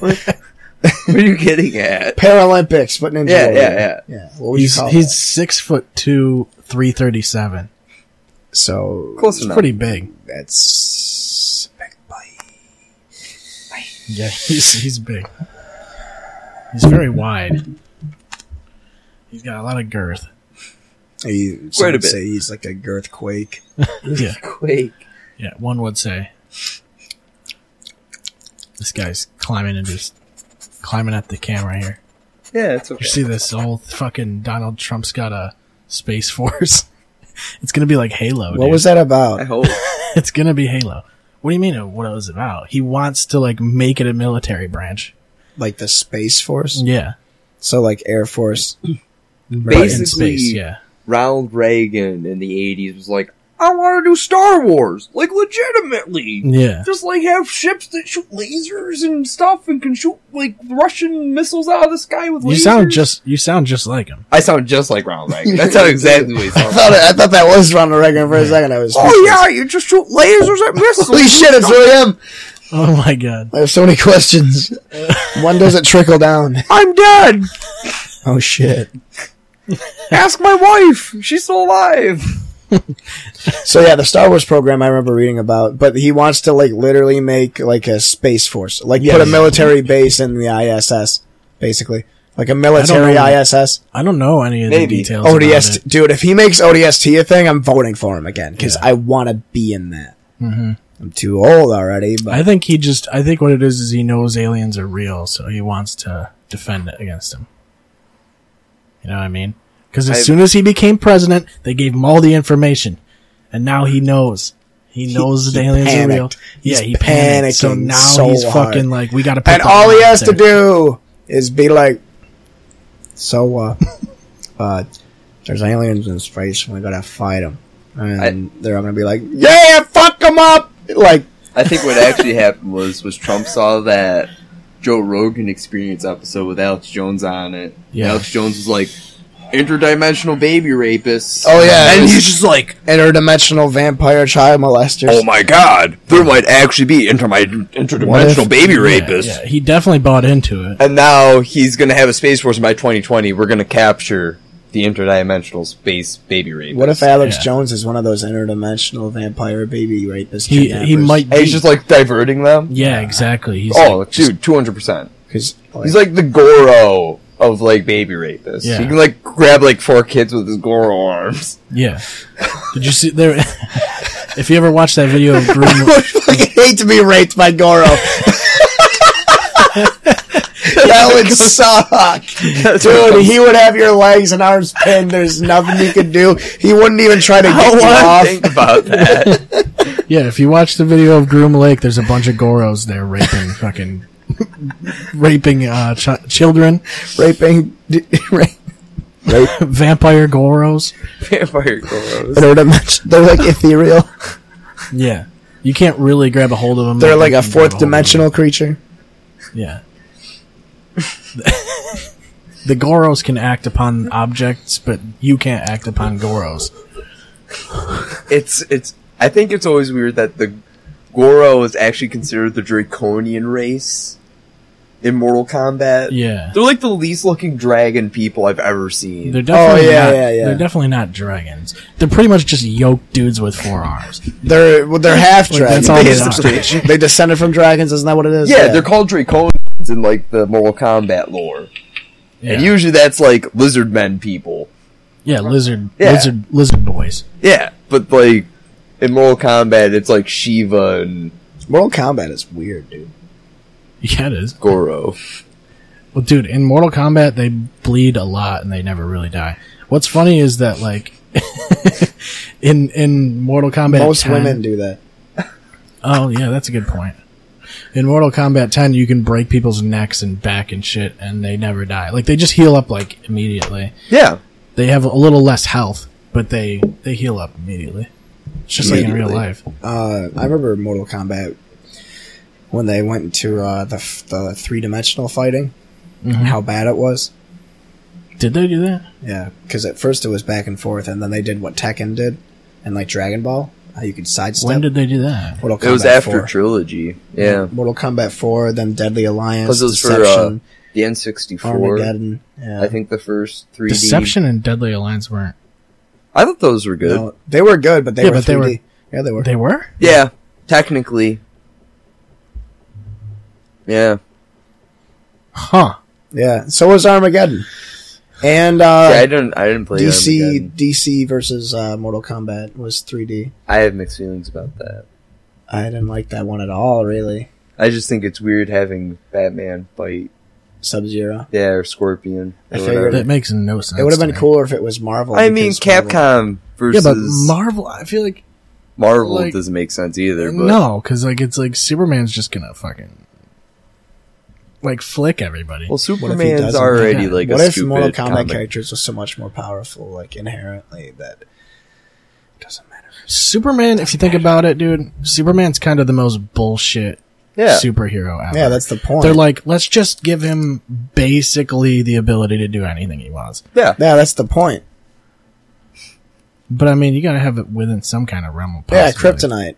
[SPEAKER 4] What are you getting at?
[SPEAKER 3] Paralympics, but Ninja
[SPEAKER 4] Yeah,
[SPEAKER 3] Warrior.
[SPEAKER 4] yeah, yeah.
[SPEAKER 3] What would
[SPEAKER 1] He's
[SPEAKER 3] you call
[SPEAKER 1] he's
[SPEAKER 3] that?
[SPEAKER 1] six foot two, three thirty seven.
[SPEAKER 3] So
[SPEAKER 4] Close
[SPEAKER 1] It's
[SPEAKER 4] enough.
[SPEAKER 1] pretty big.
[SPEAKER 3] that's
[SPEAKER 1] Yeah, *laughs* he's he's big. He's very wide. He's got a lot of girth.
[SPEAKER 3] he,
[SPEAKER 4] Quite a
[SPEAKER 3] some would
[SPEAKER 4] bit.
[SPEAKER 3] say he's like a girth *laughs* quake.
[SPEAKER 1] Yeah,
[SPEAKER 4] Quake.
[SPEAKER 1] yeah. One would say this guy's climbing and just climbing at the camera here.
[SPEAKER 4] Yeah, it's okay.
[SPEAKER 1] You see this whole fucking Donald Trump's got a space force. *laughs* It's gonna be like Halo.
[SPEAKER 3] What
[SPEAKER 1] dude.
[SPEAKER 3] was that about?
[SPEAKER 4] I hope.
[SPEAKER 1] *laughs* It's gonna be Halo. What do you mean? uh, What it was about? He wants to like make it a military branch.
[SPEAKER 3] Like the Space Force?
[SPEAKER 1] Yeah,
[SPEAKER 3] So like Air Force. *clears throat*
[SPEAKER 1] but
[SPEAKER 4] Basically,
[SPEAKER 1] in space. Yeah,
[SPEAKER 4] Ronald Reagan in the '80s was like, "I want to do Star Wars, like legitimately."
[SPEAKER 1] yeah.
[SPEAKER 4] just like have ships that shoot lasers and stuff and can shoot like Russian missiles out of the sky with
[SPEAKER 1] You sound just you sound just like him.
[SPEAKER 4] I sound just like Ronald Reagan. That's *laughs* how exactly what he
[SPEAKER 3] I
[SPEAKER 4] sounds. *laughs*
[SPEAKER 3] thought I thought that was Ronald Reagan for a second. I was
[SPEAKER 4] oh yeah, you just shoot lasers at missiles.
[SPEAKER 3] Holy shit, it's really him.
[SPEAKER 1] Oh my god.
[SPEAKER 3] I have so many questions. *laughs* when does it trickle *laughs* down?
[SPEAKER 4] I'm dead.
[SPEAKER 3] Oh shit.
[SPEAKER 4] Ask my wife. She's still alive.
[SPEAKER 3] So yeah, the Star Wars program I remember reading about, but he wants to like literally make like a space force, like put a military base in the ISS, basically, like a military
[SPEAKER 1] know.
[SPEAKER 3] ISS.
[SPEAKER 1] I don't know any of
[SPEAKER 4] Maybe.
[SPEAKER 1] the details. about
[SPEAKER 3] ODST,
[SPEAKER 1] it.
[SPEAKER 3] dude. If he makes ODST a thing, I'm voting for him again because I want to be in that. I'm too old already, but
[SPEAKER 1] Mm-hmm. I think he just. I think what it is is he knows aliens are real, so he wants to defend it against them. You know what I mean? Because as
[SPEAKER 4] I-
[SPEAKER 1] soon as he became president, they gave him all the information, and now he knows. He knows that
[SPEAKER 3] he
[SPEAKER 1] aliens are real.
[SPEAKER 3] panicked.
[SPEAKER 1] yeah,
[SPEAKER 3] He's
[SPEAKER 1] he panicked. So
[SPEAKER 3] panicking
[SPEAKER 1] now
[SPEAKER 3] so
[SPEAKER 1] he's
[SPEAKER 3] hard.
[SPEAKER 1] fucking like, we got to.
[SPEAKER 3] and all he has to do is be like, so
[SPEAKER 1] *laughs*
[SPEAKER 3] uh, uh, there's aliens in space, and we gotta fight them, and they're all gonna be like, yeah, fuck them up, like.
[SPEAKER 4] I think what actually happened was was Trump saw that Joe Rogan Experience episode with Alex Jones on it.
[SPEAKER 1] Yeah.
[SPEAKER 4] Alex Jones was like interdimensional baby rapists.
[SPEAKER 3] Oh, yeah.
[SPEAKER 4] *laughs* and he's just like.
[SPEAKER 3] interdimensional vampire child molesters.
[SPEAKER 4] Oh my god, there might actually be inter- my interdimensional
[SPEAKER 3] What
[SPEAKER 4] baby
[SPEAKER 1] Yeah,
[SPEAKER 4] rapist.
[SPEAKER 1] yeah, he definitely bought into it.
[SPEAKER 4] And now he's gonna have a space force and by 2020. We're gonna capture the interdimensional space baby rapist.
[SPEAKER 3] what if Alex
[SPEAKER 1] Yeah.
[SPEAKER 3] Jones is one of those interdimensional vampire baby rapists?
[SPEAKER 1] He he might.
[SPEAKER 4] And
[SPEAKER 1] Be,
[SPEAKER 4] he's just like diverting them?
[SPEAKER 1] yeah, exactly. He's
[SPEAKER 4] oh,
[SPEAKER 1] like,
[SPEAKER 4] dude, 200%.
[SPEAKER 3] because *laughs*
[SPEAKER 4] He's like the Goro of like baby rapists.
[SPEAKER 1] Yeah.
[SPEAKER 4] He can like grab like four kids with his Goro arms. *laughs*
[SPEAKER 1] yeah. Did you see there? *laughs* if you ever watch that video of Groom,
[SPEAKER 3] *laughs* I fucking hate to be raped by Goro. *laughs* that would suck, dude. He would have your legs and arms pinned. There's nothing you could do. He wouldn't even try to
[SPEAKER 4] I
[SPEAKER 3] get you
[SPEAKER 4] want
[SPEAKER 3] off.
[SPEAKER 4] to think about
[SPEAKER 3] *laughs*
[SPEAKER 4] that.
[SPEAKER 1] Yeah, if you watch the video of Groom Lake, there's a bunch of Goros there raping fucking raping uh, ch- children, *laughs*
[SPEAKER 4] *laughs*
[SPEAKER 3] Raping, *laughs* d- rape,
[SPEAKER 1] vampire Goros.
[SPEAKER 4] Vampire Goros.
[SPEAKER 3] interdimension. They're like ethereal.
[SPEAKER 1] Yeah, you can't really grab a hold of them.
[SPEAKER 3] They're like
[SPEAKER 1] You
[SPEAKER 3] a
[SPEAKER 1] can grab
[SPEAKER 3] fourth
[SPEAKER 1] hold of them.
[SPEAKER 3] dimensional creature.
[SPEAKER 1] Yeah. the Goros can act upon objects, but you can't act upon Goros.
[SPEAKER 4] It's, it's, I think it's always weird that the Goro is actually considered the draconian race in Mortal Kombat.
[SPEAKER 1] Yeah,
[SPEAKER 4] They're like the least looking dragon people I've ever seen.
[SPEAKER 1] they're definitely
[SPEAKER 3] Oh, yeah,
[SPEAKER 1] not,
[SPEAKER 3] yeah, yeah.
[SPEAKER 1] They're definitely not dragons. They're pretty much just yoked dudes with four arms.
[SPEAKER 3] They're well, they're half dragons.
[SPEAKER 1] that's all they are.
[SPEAKER 3] *laughs* they, they descended from dragons. Isn't that what it is?
[SPEAKER 4] yeah, they're called draconians in like the Mortal Kombat lore,
[SPEAKER 1] Yeah,
[SPEAKER 4] and usually that's like lizard men people.
[SPEAKER 1] yeah lizard,
[SPEAKER 4] Yeah.
[SPEAKER 1] lizard, lizard boys. *laughs*
[SPEAKER 4] Yeah, but like in Mortal Kombat, it's like Shiva and
[SPEAKER 3] Mortal Kombat is weird, dude.
[SPEAKER 1] Yeah, it is.
[SPEAKER 4] Goro.
[SPEAKER 1] Well, dude, in Mortal Kombat, they bleed a lot and they never really die. What's funny is that, like, *laughs* in in Mortal Kombat,
[SPEAKER 3] Most
[SPEAKER 1] 10
[SPEAKER 3] women do that.
[SPEAKER 1] Oh, yeah, that's a good point. In Mortal Kombat 10, you can break people's necks and back and shit, and they never die. Like, they just heal up like immediately.
[SPEAKER 4] Yeah,
[SPEAKER 1] They have a little less health, but but they they heal up immediately. It's just like in real
[SPEAKER 3] Immediately.
[SPEAKER 1] life.
[SPEAKER 3] uh, I remember Mortal Kombat when they went to uh, the f- the three dimensional fighting, and how bad it was.
[SPEAKER 1] Did they do that?
[SPEAKER 3] Yeah, because at first it was back and forth, and then they did what Tekken did, and like Dragon Ball, how you could sidestep.
[SPEAKER 1] When did they do that?
[SPEAKER 3] Mortal Kombat
[SPEAKER 4] It was after
[SPEAKER 3] 4.
[SPEAKER 4] trilogy. Yeah,
[SPEAKER 3] Mortal Kombat Four, then Deadly Alliance,
[SPEAKER 4] because it was for uh,
[SPEAKER 3] Deception,
[SPEAKER 4] the N sixty four.
[SPEAKER 3] Armageddon. Yeah.
[SPEAKER 4] I think the first three D.
[SPEAKER 1] Deception and Deadly Alliance weren't.
[SPEAKER 4] I thought those were good.
[SPEAKER 3] No, they were good, but they
[SPEAKER 1] Yeah,
[SPEAKER 3] were
[SPEAKER 1] but they
[SPEAKER 3] 3D.
[SPEAKER 1] were-
[SPEAKER 3] yeah, they were.
[SPEAKER 1] They were.
[SPEAKER 4] Yeah, technically. Yeah,
[SPEAKER 1] Huh.
[SPEAKER 3] yeah, so was Armageddon, and uh,
[SPEAKER 4] See, I didn't. I didn't play
[SPEAKER 3] DC
[SPEAKER 4] Armageddon.
[SPEAKER 3] DC versus uh, Mortal Kombat was 3D.
[SPEAKER 4] I have mixed feelings about that.
[SPEAKER 3] I didn't like that one at all, really.
[SPEAKER 4] I just think it's weird having Batman fight
[SPEAKER 3] Sub Zero.
[SPEAKER 4] yeah or Scorpion. Or
[SPEAKER 3] I figured
[SPEAKER 4] whatever.
[SPEAKER 1] That makes no sense.
[SPEAKER 3] It would have
[SPEAKER 1] to
[SPEAKER 3] been
[SPEAKER 1] me.
[SPEAKER 3] cooler if it was Marvel.
[SPEAKER 4] I mean,
[SPEAKER 3] because Marvel-
[SPEAKER 4] Capcom
[SPEAKER 1] Yeah,
[SPEAKER 4] versus
[SPEAKER 1] but Marvel. I feel like
[SPEAKER 4] Marvel
[SPEAKER 1] like-
[SPEAKER 4] doesn't make sense either. But
[SPEAKER 1] no, because like it's like Superman's just gonna fucking like flick everybody.
[SPEAKER 4] well, Superman's
[SPEAKER 3] doesn't?
[SPEAKER 4] already
[SPEAKER 1] Yeah.
[SPEAKER 4] like
[SPEAKER 3] What
[SPEAKER 4] a
[SPEAKER 3] if
[SPEAKER 4] stupid
[SPEAKER 3] Mortal Kombat
[SPEAKER 4] comic.
[SPEAKER 3] characters were so much more powerful, like inherently that doesn't matter.
[SPEAKER 1] Superman, if you think about it, dude, Superman's kind of the most bullshit
[SPEAKER 4] Yeah,
[SPEAKER 1] superhero out.
[SPEAKER 3] Yeah, that's the point.
[SPEAKER 1] They're like, let's just give him basically the ability to do anything he wants.
[SPEAKER 4] yeah.
[SPEAKER 3] yeah, that's the point.
[SPEAKER 1] But I mean, you gotta have it within some kind of realm of
[SPEAKER 3] Yeah,
[SPEAKER 1] possibility.
[SPEAKER 3] Kryptonite.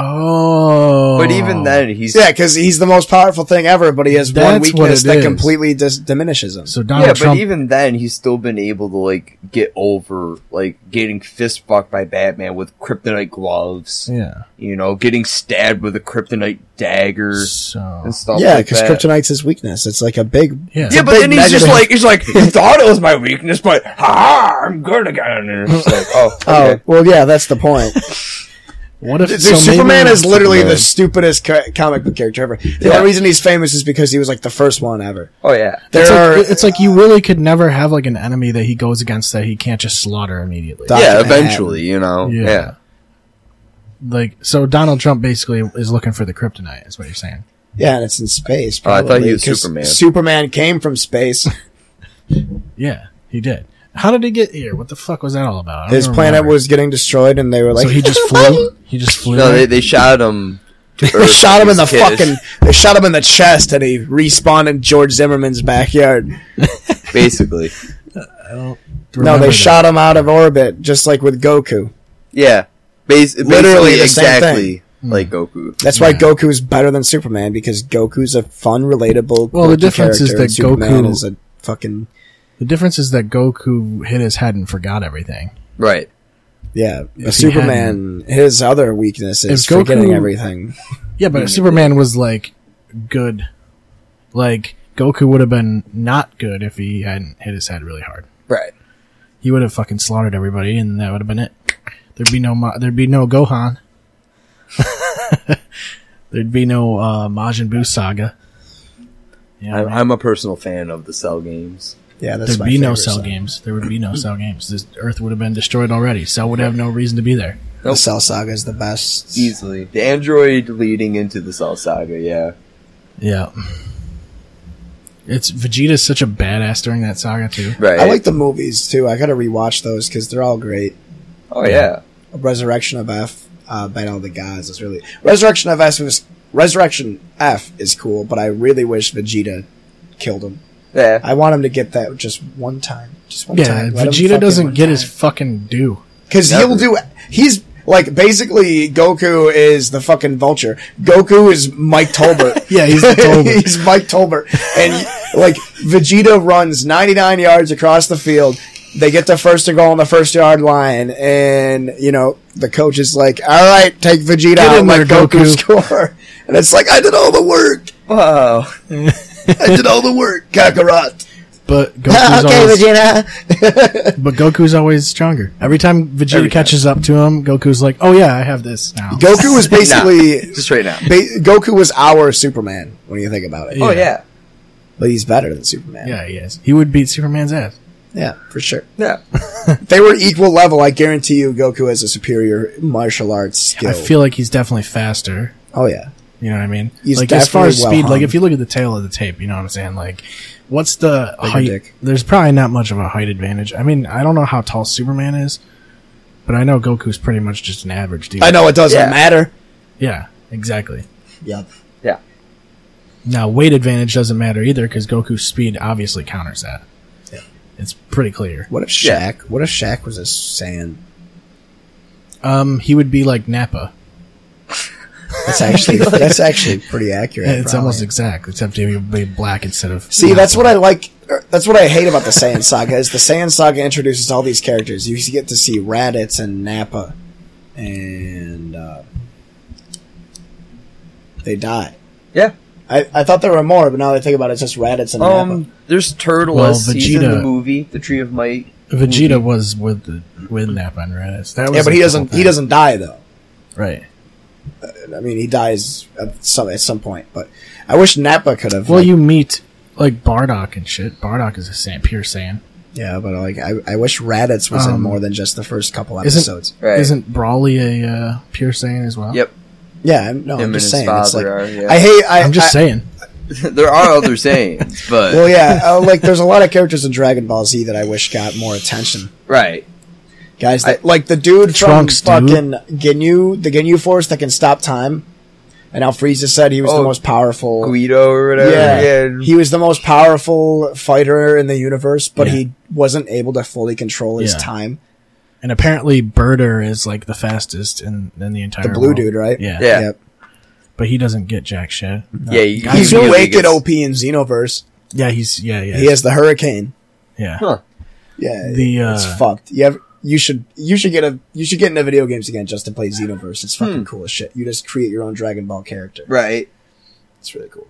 [SPEAKER 1] Oh,
[SPEAKER 4] But even then, he's
[SPEAKER 3] Yeah, because he's the most powerful thing ever, but he has one
[SPEAKER 1] That's what
[SPEAKER 3] weakness
[SPEAKER 1] it
[SPEAKER 3] that
[SPEAKER 1] is.
[SPEAKER 3] completely dis- diminishes him.
[SPEAKER 1] so
[SPEAKER 4] yeah,
[SPEAKER 1] Donald
[SPEAKER 4] but
[SPEAKER 1] Trump.
[SPEAKER 4] even then, he's still been able to like get over like getting fist fucked by Batman with kryptonite gloves.
[SPEAKER 1] yeah,
[SPEAKER 4] You know, getting stabbed with a kryptonite dagger
[SPEAKER 1] so
[SPEAKER 4] and stuff.
[SPEAKER 3] yeah,
[SPEAKER 4] because
[SPEAKER 3] because Kryptonite's his weakness. It's like a big.
[SPEAKER 1] yeah,
[SPEAKER 4] Yeah, but
[SPEAKER 3] big
[SPEAKER 4] then he's just
[SPEAKER 3] negative.
[SPEAKER 4] like he's
[SPEAKER 3] *laughs*
[SPEAKER 4] like he thought it was my weakness, but ha, I'm good again. And it's like, oh,
[SPEAKER 3] *laughs* Oh
[SPEAKER 4] okay.
[SPEAKER 3] well, yeah, that's the point.
[SPEAKER 1] what if
[SPEAKER 3] *laughs* Dude,
[SPEAKER 1] so maybe-
[SPEAKER 3] Superman is literally the
[SPEAKER 4] Superman.
[SPEAKER 3] stupidest co- comic book character ever. The
[SPEAKER 4] Yeah.
[SPEAKER 3] only reason he's famous is because he was like the first one ever.
[SPEAKER 4] oh yeah.
[SPEAKER 3] There
[SPEAKER 1] it's
[SPEAKER 3] are
[SPEAKER 1] like, it's like you really could never have like an enemy that he goes against that he can't just slaughter immediately.
[SPEAKER 3] Doc-
[SPEAKER 4] yeah,
[SPEAKER 3] Manhattan.
[SPEAKER 4] eventually, you know.
[SPEAKER 1] Yeah.
[SPEAKER 4] Yeah.
[SPEAKER 1] like so, Donald Trump basically is looking for the kryptonite. Is what you're saying?
[SPEAKER 3] Yeah, and it's in space.
[SPEAKER 4] Oh, I
[SPEAKER 3] Probably,
[SPEAKER 4] thought he was
[SPEAKER 3] 'cause
[SPEAKER 4] Superman.
[SPEAKER 3] Superman came
[SPEAKER 1] *laughs*
[SPEAKER 3] from space.
[SPEAKER 1] Yeah, he did. How did he get here? What the fuck was that all about? I don't
[SPEAKER 3] His
[SPEAKER 1] even
[SPEAKER 3] planet
[SPEAKER 1] remember.
[SPEAKER 3] was getting destroyed, and they were
[SPEAKER 1] so
[SPEAKER 3] like,
[SPEAKER 1] he
[SPEAKER 3] *laughs*
[SPEAKER 1] just flew. He just flew.
[SPEAKER 4] No, they,
[SPEAKER 1] there?
[SPEAKER 4] they shot him. to
[SPEAKER 3] they
[SPEAKER 4] Earth
[SPEAKER 3] shot
[SPEAKER 4] when
[SPEAKER 3] him
[SPEAKER 4] he
[SPEAKER 3] in the
[SPEAKER 4] was a kid.
[SPEAKER 3] fucking. They shot him in the chest, and he respawned in George Zimmerman's backyard.
[SPEAKER 4] *laughs* basically.
[SPEAKER 3] no,
[SPEAKER 1] Remember
[SPEAKER 3] they
[SPEAKER 1] that.
[SPEAKER 3] shot him out of orbit, just like with Goku.
[SPEAKER 4] Yeah, Bas-
[SPEAKER 3] Literally
[SPEAKER 4] literally
[SPEAKER 3] the same Hmm.
[SPEAKER 4] exactly like Goku.
[SPEAKER 3] That's why Goku's better than Superman because Goku's a fun, relatable.
[SPEAKER 1] Well, the
[SPEAKER 3] quirky
[SPEAKER 1] difference is
[SPEAKER 3] character, and
[SPEAKER 1] that
[SPEAKER 3] Superman
[SPEAKER 1] Goku-
[SPEAKER 3] is a fucking
[SPEAKER 1] The difference is that Goku hit his head and forgot everything.
[SPEAKER 4] Right.
[SPEAKER 3] yeah. But
[SPEAKER 1] If he
[SPEAKER 3] Superman, his other weakness is
[SPEAKER 1] If Goku-
[SPEAKER 3] forgetting everything.
[SPEAKER 1] Yeah,
[SPEAKER 3] Mm.
[SPEAKER 1] but if Superman was like good, like Goku would have been not good if he hadn't hit his head really hard.
[SPEAKER 4] Right.
[SPEAKER 1] He would have fucking slaughtered everybody, and that would have been it. There'd be no Ma- there'd be no Gohan. *laughs* there'd be no uh, Majin Buu saga. Yeah,
[SPEAKER 4] I'm, I'm a personal fan of the Cell games.
[SPEAKER 3] Yeah, that's
[SPEAKER 1] there'd
[SPEAKER 3] my
[SPEAKER 1] be no
[SPEAKER 3] favorite
[SPEAKER 1] cell
[SPEAKER 3] song.
[SPEAKER 1] games. There would be no cell games. This Earth would have been destroyed already. Cell would have no reason to be there.
[SPEAKER 3] The Cell Saga is the best.
[SPEAKER 4] Easily. The android leading into the Cell Saga, yeah.
[SPEAKER 1] Yeah. It's Vegeta's such a badass during that saga too.
[SPEAKER 4] Right.
[SPEAKER 3] I like the movies too. I gotta rewatch those because they're all great.
[SPEAKER 4] oh, yeah.
[SPEAKER 3] Resurrection of F, uh, Battle of the Gods is really Resurrection of F is Resurrection F is cool, but I really wish Vegeta killed him.
[SPEAKER 4] Yeah.
[SPEAKER 3] I want him to get that just one time, just one
[SPEAKER 1] Yeah,
[SPEAKER 3] time.
[SPEAKER 1] Vegeta doesn't get his fucking due.
[SPEAKER 3] because he'll do. He's like basically Goku is the fucking vulture. Goku is Mike
[SPEAKER 1] *laughs*
[SPEAKER 3] Tolbert.
[SPEAKER 1] Yeah,
[SPEAKER 3] *laughs*
[SPEAKER 1] he's the Tolbert.
[SPEAKER 3] he's Mike Tolbert, and like Vegeta runs 99 yards across the field. They get the first to goal on the first yard line, and you know the coach is like, "All right, take Vegeta out,
[SPEAKER 1] in
[SPEAKER 3] let
[SPEAKER 1] there,
[SPEAKER 3] Goku,
[SPEAKER 1] Goku."
[SPEAKER 3] score." *laughs* And it's like, "I did all the work.
[SPEAKER 4] Wow.
[SPEAKER 3] I did all the work, Kakarot."
[SPEAKER 1] But Goku's
[SPEAKER 3] okay,
[SPEAKER 1] always,
[SPEAKER 3] Vegeta.
[SPEAKER 1] but Goku's always stronger. Every time Vegeta
[SPEAKER 4] Every time.
[SPEAKER 1] catches up to him, Goku's like, "Oh yeah, I have this now." *laughs*
[SPEAKER 3] Goku was basically
[SPEAKER 4] Just right now.
[SPEAKER 3] Ba- Goku was our Superman when you think about it.
[SPEAKER 4] Oh, yeah.
[SPEAKER 3] But he's better than Superman.
[SPEAKER 1] yeah, he is. He would beat Superman's ass.
[SPEAKER 3] Yeah, for sure.
[SPEAKER 4] Yeah.
[SPEAKER 3] If they were equal level, I guarantee you Goku has a superior martial arts skill.
[SPEAKER 1] I feel like he's definitely faster.
[SPEAKER 3] oh yeah.
[SPEAKER 1] You know what I mean?
[SPEAKER 3] He's
[SPEAKER 1] like as far as
[SPEAKER 3] definitely
[SPEAKER 1] speed, like
[SPEAKER 3] well-hung.
[SPEAKER 1] if you look at the tail of the tape, you know what I'm saying? Like What's the
[SPEAKER 3] Bigger
[SPEAKER 1] height?
[SPEAKER 3] dick.
[SPEAKER 1] There's probably not much of a height advantage. I mean, I don't know how tall Superman is, but I know Goku's pretty much just an average dude.
[SPEAKER 3] I know it doesn't
[SPEAKER 5] Yeah.
[SPEAKER 3] matter.
[SPEAKER 1] Yeah, exactly.
[SPEAKER 3] Yep.
[SPEAKER 1] Now weight advantage doesn't matter either because Goku's speed obviously counters that. It's pretty clear.
[SPEAKER 3] What if
[SPEAKER 5] Yeah.
[SPEAKER 3] Shaq? What if Shaq was a sand?
[SPEAKER 1] Um, he would be like Nappa. *laughs*
[SPEAKER 3] That's actually that's actually pretty accurate.
[SPEAKER 1] it's
[SPEAKER 3] probably.
[SPEAKER 1] almost exact, except he would be black instead of.
[SPEAKER 3] See, that's what I like. er, That's what I hate about the Saiyan Saga is the Saiyan Saga introduces all these characters. You get to see Raditz and Nappa, and uh, they die.
[SPEAKER 4] Yeah.
[SPEAKER 3] I, I thought there were more, but now that I think about it, it's just Raditz and Nappa.
[SPEAKER 4] Um, there's Turtle
[SPEAKER 1] Well,
[SPEAKER 4] as he's in the
[SPEAKER 1] Vegeta-
[SPEAKER 4] movie, The Tree of Might.
[SPEAKER 1] Vegeta was with the with Nappa and Raditz. That was
[SPEAKER 3] Yeah, but
[SPEAKER 1] a
[SPEAKER 3] he
[SPEAKER 1] cool
[SPEAKER 3] doesn't. He
[SPEAKER 1] thing.
[SPEAKER 3] doesn't die though.
[SPEAKER 1] Right.
[SPEAKER 3] I mean, he dies at some at some point. But I wish Nappa could have.
[SPEAKER 1] Well,
[SPEAKER 3] like-
[SPEAKER 1] you meet like Bardock and shit. Bardock is a Saiyan, pure Saiyan.
[SPEAKER 3] yeah, but like I, I wish Raditz was in
[SPEAKER 1] Um,
[SPEAKER 3] more than just the first couple
[SPEAKER 1] isn't-
[SPEAKER 3] episodes.
[SPEAKER 4] Right.
[SPEAKER 1] Isn't Brawly a uh, pure Saiyan as well?
[SPEAKER 4] Yep. *laughs*
[SPEAKER 3] Yeah, I'm, no,
[SPEAKER 4] Him
[SPEAKER 3] I'm
[SPEAKER 4] and
[SPEAKER 3] just
[SPEAKER 4] his
[SPEAKER 3] saying. It's like
[SPEAKER 4] father are. Yeah.
[SPEAKER 3] I hate. I,
[SPEAKER 1] I'm just
[SPEAKER 3] I-
[SPEAKER 1] saying.
[SPEAKER 4] there are
[SPEAKER 3] *laughs*
[SPEAKER 4] other sayings, but
[SPEAKER 3] Well, yeah, uh,
[SPEAKER 1] *laughs*
[SPEAKER 3] like there's a lot of characters in Dragon Ball Z that I wish got more attention.
[SPEAKER 4] right.
[SPEAKER 3] Guys, that, like the dude from
[SPEAKER 1] Trunks, dude.
[SPEAKER 3] fucking Ginyu, the Ginyu Force that can stop time, and how Frieza said he was
[SPEAKER 4] Oh,
[SPEAKER 3] the most powerful.
[SPEAKER 4] Guido or whatever.
[SPEAKER 3] Yeah,
[SPEAKER 4] yeah.
[SPEAKER 3] he was the most powerful fighter in the universe, but
[SPEAKER 1] Yeah.
[SPEAKER 3] he wasn't able to fully control his
[SPEAKER 1] Yeah.
[SPEAKER 3] time.
[SPEAKER 1] And apparently, Birder is like the fastest in, in the entire.
[SPEAKER 3] The blue
[SPEAKER 1] world.
[SPEAKER 3] dude, right?
[SPEAKER 1] Yeah.
[SPEAKER 4] Yeah.
[SPEAKER 3] Yep.
[SPEAKER 1] but he doesn't get jack shit.
[SPEAKER 4] Yeah, you- you
[SPEAKER 3] He's
[SPEAKER 4] knew they
[SPEAKER 3] wicked
[SPEAKER 4] could-
[SPEAKER 3] OP in Xenoverse.
[SPEAKER 1] Yeah, he's yeah yeah
[SPEAKER 3] He has the Hurricane.
[SPEAKER 1] yeah.
[SPEAKER 4] Huh.
[SPEAKER 3] Yeah,
[SPEAKER 1] The uh,
[SPEAKER 3] it's fucked. You have, you should you should get a you should get into video games again just to play Xenoverse. It's
[SPEAKER 4] Hmm.
[SPEAKER 3] fucking cool as shit. You just create your own Dragon Ball character.
[SPEAKER 4] Right.
[SPEAKER 3] It's really cool.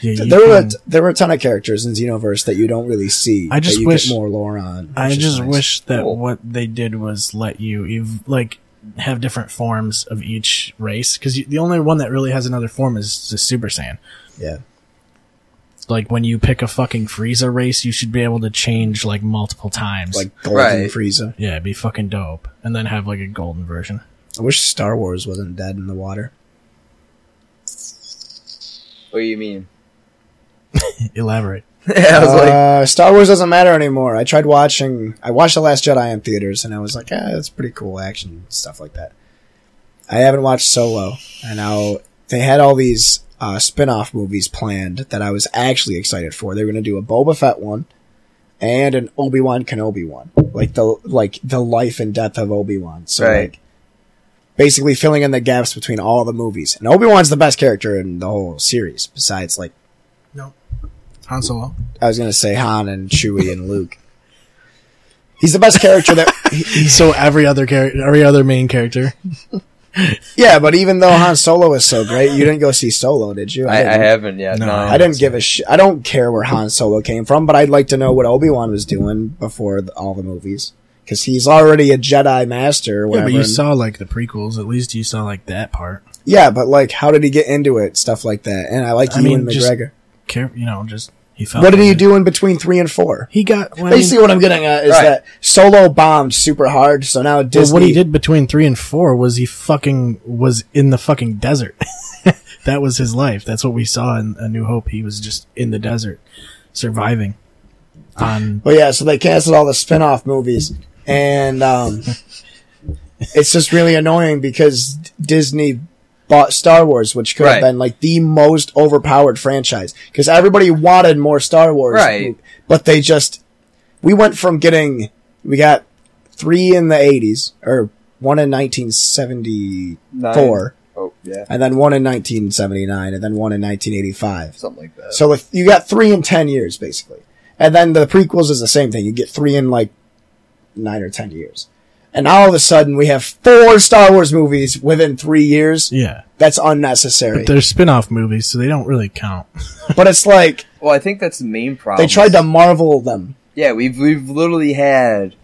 [SPEAKER 1] yeah, you
[SPEAKER 3] there were
[SPEAKER 1] can-
[SPEAKER 3] a, there were a ton of characters in Xenoverse that you don't really see.
[SPEAKER 1] I just
[SPEAKER 3] that you
[SPEAKER 1] wish-
[SPEAKER 3] get more lore on.
[SPEAKER 1] I
[SPEAKER 3] which is
[SPEAKER 1] just
[SPEAKER 3] nice.
[SPEAKER 1] wish that
[SPEAKER 4] Cool.
[SPEAKER 1] what they did was let you ev- like have different forms of each race because the only one that really has another form is the Super Saiyan.
[SPEAKER 3] yeah
[SPEAKER 1] Like when you pick a fucking Frieza race, you should be able to change like multiple times.
[SPEAKER 3] like Golden
[SPEAKER 4] Right.
[SPEAKER 3] Frieza.
[SPEAKER 1] yeah, it'd be fucking dope, and then have like a golden version.
[SPEAKER 3] I wish Star Wars wasn't dead in the water.
[SPEAKER 4] What do you mean? *laughs*
[SPEAKER 1] Elaborate.
[SPEAKER 4] yeah, *laughs* I was like,
[SPEAKER 3] uh, Star Wars doesn't matter anymore. I tried watching. I watched The Last Jedi in theaters, and I was like, "Ah, that's pretty cool action stuff like that." I haven't watched Solo, and now they had all these uh, spin-off movies planned that I was actually excited for. They were going to do a Boba Fett one and an Obi Wan Kenobi one, like the like the life and death of Obi Wan. So
[SPEAKER 4] Right.
[SPEAKER 3] like. Basically filling in the gaps between all the movies, and Obi Wan's the best character in the whole series. Besides, like
[SPEAKER 1] Han Solo.
[SPEAKER 3] I was gonna say Han and Chewie and Luke. He's the best character that. *laughs*
[SPEAKER 1] E-, so every other character, every other main character.
[SPEAKER 3] Yeah, but even though Han Solo is so great, you didn't go see Solo, did you?
[SPEAKER 4] I, I
[SPEAKER 3] didn't.
[SPEAKER 4] haven't yet.
[SPEAKER 1] No,
[SPEAKER 4] No,
[SPEAKER 1] I
[SPEAKER 3] I didn't give a shit. I don't care where Han Solo came from, but I'd like to know what Obi Wan was doing before the, all the movies, because he's already a Jedi Master. Or
[SPEAKER 1] Yeah,
[SPEAKER 3] whatever.
[SPEAKER 1] but you saw like the prequels. At least you saw like that part.
[SPEAKER 3] Yeah, but, like, how did he get into it? Stuff like that. And I like
[SPEAKER 1] I
[SPEAKER 3] Ewan
[SPEAKER 1] mean, just-
[SPEAKER 3] McGregor.
[SPEAKER 1] Care, you know, just he felt.
[SPEAKER 3] What did he
[SPEAKER 1] it.
[SPEAKER 3] do in between three and four?
[SPEAKER 1] He got well, I mean-
[SPEAKER 3] Basically, what I'm getting at is
[SPEAKER 4] Right.
[SPEAKER 3] that Solo bombed super hard, so now
[SPEAKER 1] Well,
[SPEAKER 3] Disney.
[SPEAKER 1] what he did between three and four was he fucking was in the fucking desert. *laughs* that was his life. That's what we saw in A New Hope. He was just in the desert, surviving.
[SPEAKER 3] Ah.
[SPEAKER 1] On
[SPEAKER 3] But yeah, so they canceled all the spin-off movies, and
[SPEAKER 4] *laughs*
[SPEAKER 3] um, it's just really annoying because Disney bought Star Wars, which could
[SPEAKER 4] Right.
[SPEAKER 3] have been like the most overpowered franchise because everybody wanted more Star Wars,
[SPEAKER 4] Right.
[SPEAKER 3] But they just we went from getting we got three in the eighties or one in nineteen seventy four,
[SPEAKER 4] Oh, yeah.
[SPEAKER 3] and then one in nineteen seventy nine, and then one in nineteen eighty five.
[SPEAKER 4] Something like that.
[SPEAKER 3] So if you got three in ten years, basically, and then the prequels is the same thing. You get three in like nine or ten years, and all of a sudden we have four Star Wars movies within three years.
[SPEAKER 1] yeah,
[SPEAKER 3] That's unnecessary.
[SPEAKER 1] but they're spin-off movies, so they don't really count.
[SPEAKER 3] But it's like
[SPEAKER 4] Well, I think that's the main problem.
[SPEAKER 3] they tried to marvel them.
[SPEAKER 4] Yeah, we've we've literally had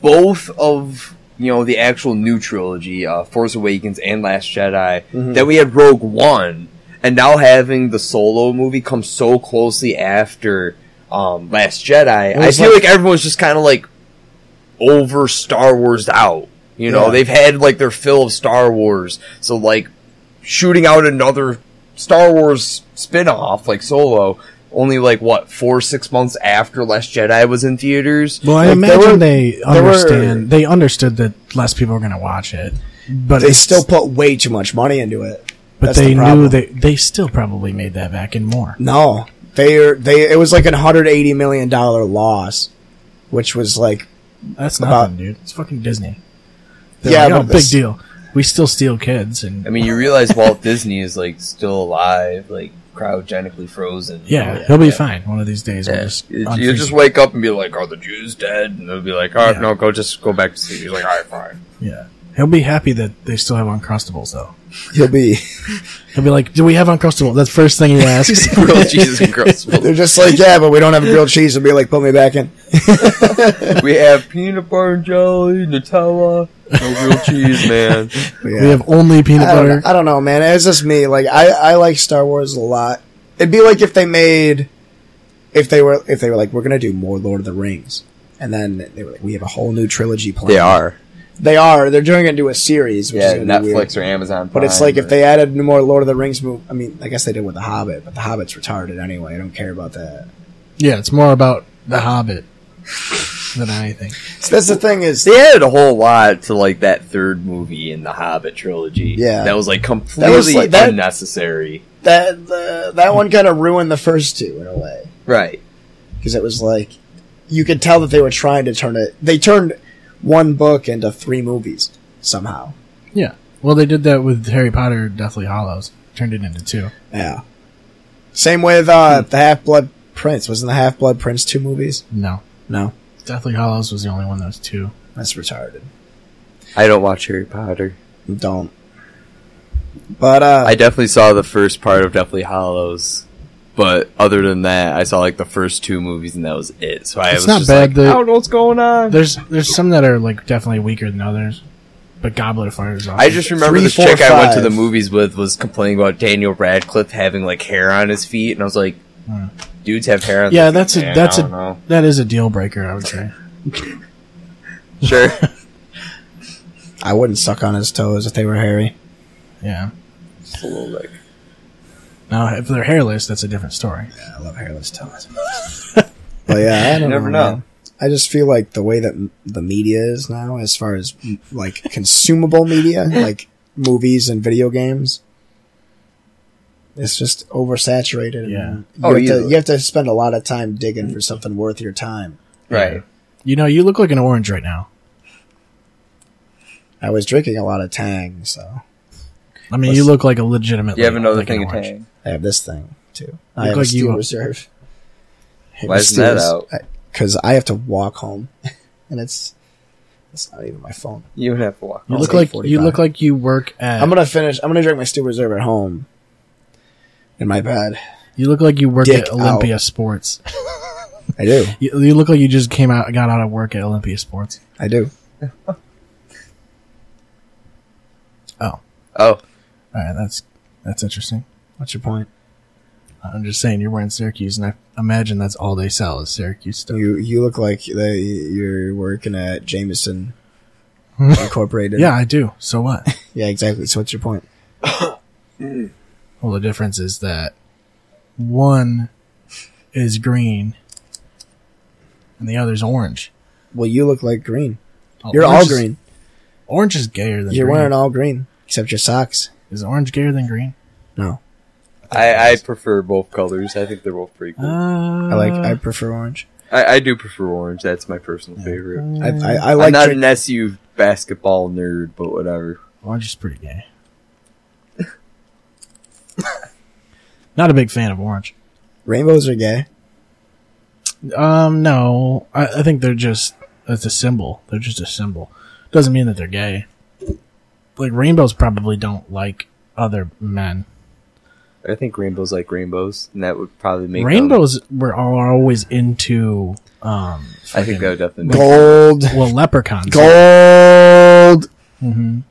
[SPEAKER 4] both of you know the actual new trilogy, uh, Force Awakens and Last Jedi.
[SPEAKER 3] Mm-hmm.
[SPEAKER 4] Then we had Rogue One, and now having the Solo movie come so closely after um, Last Jedi, I
[SPEAKER 3] was
[SPEAKER 4] feel
[SPEAKER 3] like-
[SPEAKER 4] like, everyone's just kind of like over Star Wars out. You know,
[SPEAKER 3] Yeah.
[SPEAKER 4] they've had like their fill of Star Wars, so like shooting out another Star Wars spin-off like Solo only like what four six months after Last Jedi was in theaters.
[SPEAKER 1] Well, I
[SPEAKER 3] Like, there
[SPEAKER 1] imagine
[SPEAKER 3] were-
[SPEAKER 1] they
[SPEAKER 3] there were-
[SPEAKER 1] understand. they understood that less people are going to watch it, but
[SPEAKER 3] They
[SPEAKER 1] it's-
[SPEAKER 3] still put way too much money into it.
[SPEAKER 1] But
[SPEAKER 3] that's
[SPEAKER 1] they
[SPEAKER 3] the
[SPEAKER 1] knew
[SPEAKER 3] problem.
[SPEAKER 1] they they still probably made that back and more.
[SPEAKER 3] No, they are they. It was like a hundred eighty million dollar loss, which was like
[SPEAKER 1] That's
[SPEAKER 3] About-
[SPEAKER 1] nothing, dude. It's fucking Disney.
[SPEAKER 3] yeah,
[SPEAKER 1] Like, oh,
[SPEAKER 3] but
[SPEAKER 1] big
[SPEAKER 3] this-
[SPEAKER 1] deal. We still steal kids, and
[SPEAKER 4] I mean, you realize Walt *laughs* Disney is like still alive, like cryogenically frozen.
[SPEAKER 1] yeah, he'll be fine one of these days. We'll just
[SPEAKER 4] You
[SPEAKER 1] unfreeze
[SPEAKER 4] you just
[SPEAKER 1] him.
[SPEAKER 4] wake up and be like, "Are the Jews dead?" And they'll be like, "All right,
[SPEAKER 1] Yeah.
[SPEAKER 4] no, go just go back to sleep." He's like, "All right,
[SPEAKER 3] *laughs*
[SPEAKER 4] fine."
[SPEAKER 1] yeah, he'll be happy that they still have uncrustables though.
[SPEAKER 3] he'll be. *laughs*
[SPEAKER 1] He'll be like, "Do we have uncrustables?" That's the first thing he asks.
[SPEAKER 4] Grilled cheese and gross
[SPEAKER 3] They're just like yeah, but we don't have grilled cheese. They'll be like, put me back in.
[SPEAKER 4] We have peanut butter and jelly, Nutella, no real cheese, man.
[SPEAKER 3] Yeah.
[SPEAKER 1] We have only peanut
[SPEAKER 3] I don't,
[SPEAKER 1] butter.
[SPEAKER 3] know, I don't know, man. It's just me. Like I, I like Star Wars a lot. It'd be like if they made, if they were, if they were like, we're gonna do more Lord of the Rings, and then they were like, we have a whole new trilogy planned.
[SPEAKER 4] They are,
[SPEAKER 3] They are. They're doing it into a series, which
[SPEAKER 4] yeah.
[SPEAKER 3] is gonna be weird.
[SPEAKER 4] Netflix or Amazon,
[SPEAKER 3] But it's
[SPEAKER 4] Prime
[SPEAKER 3] like if
[SPEAKER 4] or-
[SPEAKER 3] they added more Lord of the Rings move. I mean, I guess they did with the Hobbit, but the Hobbit's retarded anyway. I don't care about that.
[SPEAKER 1] Yeah, it's more about the Hobbit than anything.
[SPEAKER 3] So that's the thing is,
[SPEAKER 4] They added a whole lot to like that third movie in the Hobbit trilogy.
[SPEAKER 3] Yeah.
[SPEAKER 4] that was like completely
[SPEAKER 3] like, that-
[SPEAKER 4] unnecessary.
[SPEAKER 3] that the, that one kind of ruined the first two in a way.
[SPEAKER 4] Right.
[SPEAKER 3] because it was like you could tell that they were trying to turn it. They turned one book into three movies somehow.
[SPEAKER 1] Yeah. Well, they did that with Harry Potter, Deathly Hollows. Turned it into two.
[SPEAKER 3] Yeah. Same with uh, the Half Blood Prince. Wasn't the Half Blood Prince two movies?
[SPEAKER 1] No,
[SPEAKER 3] No,
[SPEAKER 1] Deathly Hollows was the only one that was two.
[SPEAKER 3] that's retarded.
[SPEAKER 4] I don't watch Harry Potter.
[SPEAKER 3] Don't. But uh,
[SPEAKER 4] I definitely saw the first part of Deathly Hollows, but other than that, I saw like the first two movies and that was it. So I
[SPEAKER 1] It's
[SPEAKER 4] was
[SPEAKER 1] not
[SPEAKER 4] just
[SPEAKER 1] bad
[SPEAKER 4] like,
[SPEAKER 1] that-
[SPEAKER 4] I don't know what's going on.
[SPEAKER 1] There's there's some that are like definitely weaker than others, but Goblet of Fire is awesome.
[SPEAKER 4] I just remember
[SPEAKER 3] Three,
[SPEAKER 4] this
[SPEAKER 3] four,
[SPEAKER 4] chick I went to
[SPEAKER 3] five.
[SPEAKER 4] the movies with was complaining about Daniel Radcliffe having like hair on his feet, and I was like, dudes have hair on.
[SPEAKER 1] Hmm. yeah,
[SPEAKER 4] their
[SPEAKER 1] that's
[SPEAKER 4] feet,
[SPEAKER 1] a
[SPEAKER 4] man,
[SPEAKER 1] that's
[SPEAKER 4] I
[SPEAKER 1] a
[SPEAKER 4] don't know."
[SPEAKER 1] that is a deal breaker. I would say.
[SPEAKER 4] sure.
[SPEAKER 3] I wouldn't suck on his toes if they were hairy.
[SPEAKER 1] Yeah.
[SPEAKER 4] It's a little like-
[SPEAKER 1] Now, if they're hairless, that's a different story.
[SPEAKER 3] Yeah, I love hairless toes. *laughs* but yeah, I don't
[SPEAKER 4] never
[SPEAKER 3] know.
[SPEAKER 4] know.
[SPEAKER 3] man. I just feel like the way that m- the media is now, as far as m- like consumable media,
[SPEAKER 4] *laughs*
[SPEAKER 3] like movies and video games, it's just oversaturated. and
[SPEAKER 1] Yeah.
[SPEAKER 3] You,
[SPEAKER 4] Oh,
[SPEAKER 3] have to,
[SPEAKER 4] easily.
[SPEAKER 3] you have to spend a lot of time digging for something worth your time.
[SPEAKER 4] *laughs* right.
[SPEAKER 1] You know, you look like an orange right now.
[SPEAKER 3] I was drinking a lot of Tang, so
[SPEAKER 1] I mean, you look like a legitimate.
[SPEAKER 4] You have another
[SPEAKER 1] like an
[SPEAKER 4] thing to
[SPEAKER 1] orange.
[SPEAKER 4] take.
[SPEAKER 3] I have this thing too.
[SPEAKER 1] Look
[SPEAKER 3] I
[SPEAKER 1] like
[SPEAKER 3] have a
[SPEAKER 1] you-
[SPEAKER 3] steel reserve.
[SPEAKER 4] *laughs* Why isn't that out?
[SPEAKER 3] Because I have to walk home, *laughs* and it's it's not even my phone.
[SPEAKER 4] You would have to walk.
[SPEAKER 1] You
[SPEAKER 3] I'll
[SPEAKER 1] look
[SPEAKER 3] say
[SPEAKER 1] like
[SPEAKER 3] 45.
[SPEAKER 1] you look like you work at.
[SPEAKER 3] I'm gonna finish. I'm gonna drink my Steel Reserve at home. In my bed,
[SPEAKER 1] you look like you work
[SPEAKER 3] Dick
[SPEAKER 1] at Olympia Sports.
[SPEAKER 3] I do.
[SPEAKER 1] You, you look like you just came out, got out of work at Olympia Sports.
[SPEAKER 3] I do.
[SPEAKER 4] Oh,
[SPEAKER 1] All right, that's that's interesting.
[SPEAKER 3] What's your point?
[SPEAKER 1] I'm just saying you're wearing Syracuse, and I imagine that's all they sell is Syracuse stuff.
[SPEAKER 3] You you look like that you're working at Jameson Hmm. Incorporated.
[SPEAKER 1] yeah, I do. So what? *laughs*
[SPEAKER 3] yeah, exactly. So what's your point?
[SPEAKER 1] Well, the difference is that one is green and the other's orange.
[SPEAKER 3] Well, you look like green.
[SPEAKER 1] Oh,
[SPEAKER 3] You're
[SPEAKER 1] orange
[SPEAKER 3] all
[SPEAKER 1] is-
[SPEAKER 3] green.
[SPEAKER 1] Orange is gayer than
[SPEAKER 3] You're
[SPEAKER 1] green.
[SPEAKER 3] wearing all green except your socks.
[SPEAKER 1] is orange gayer than green?
[SPEAKER 3] No,
[SPEAKER 4] I, I prefer both colors. I think they're both pretty cool.
[SPEAKER 1] Uh,
[SPEAKER 3] I like. I prefer orange.
[SPEAKER 4] I, I do prefer orange. That's my personal favorite.
[SPEAKER 1] Mm.
[SPEAKER 3] I I, I like.
[SPEAKER 4] I'm not
[SPEAKER 3] drink-
[SPEAKER 4] an SU basketball nerd, but whatever.
[SPEAKER 1] orange is Oh, pretty gay. Not a big fan of orange.
[SPEAKER 3] rainbows are gay.
[SPEAKER 1] Um, no, I, I think they're just it's a symbol. They're just a symbol. Doesn't mean that they're gay. Like rainbows probably don't like other men.
[SPEAKER 4] I think rainbows like rainbows, and that would probably make them-
[SPEAKER 1] Rainbows were all, are always into um.
[SPEAKER 4] I think that would definitely make
[SPEAKER 3] Gold.
[SPEAKER 1] Well, leprechauns.
[SPEAKER 3] Gold.
[SPEAKER 1] Mhm.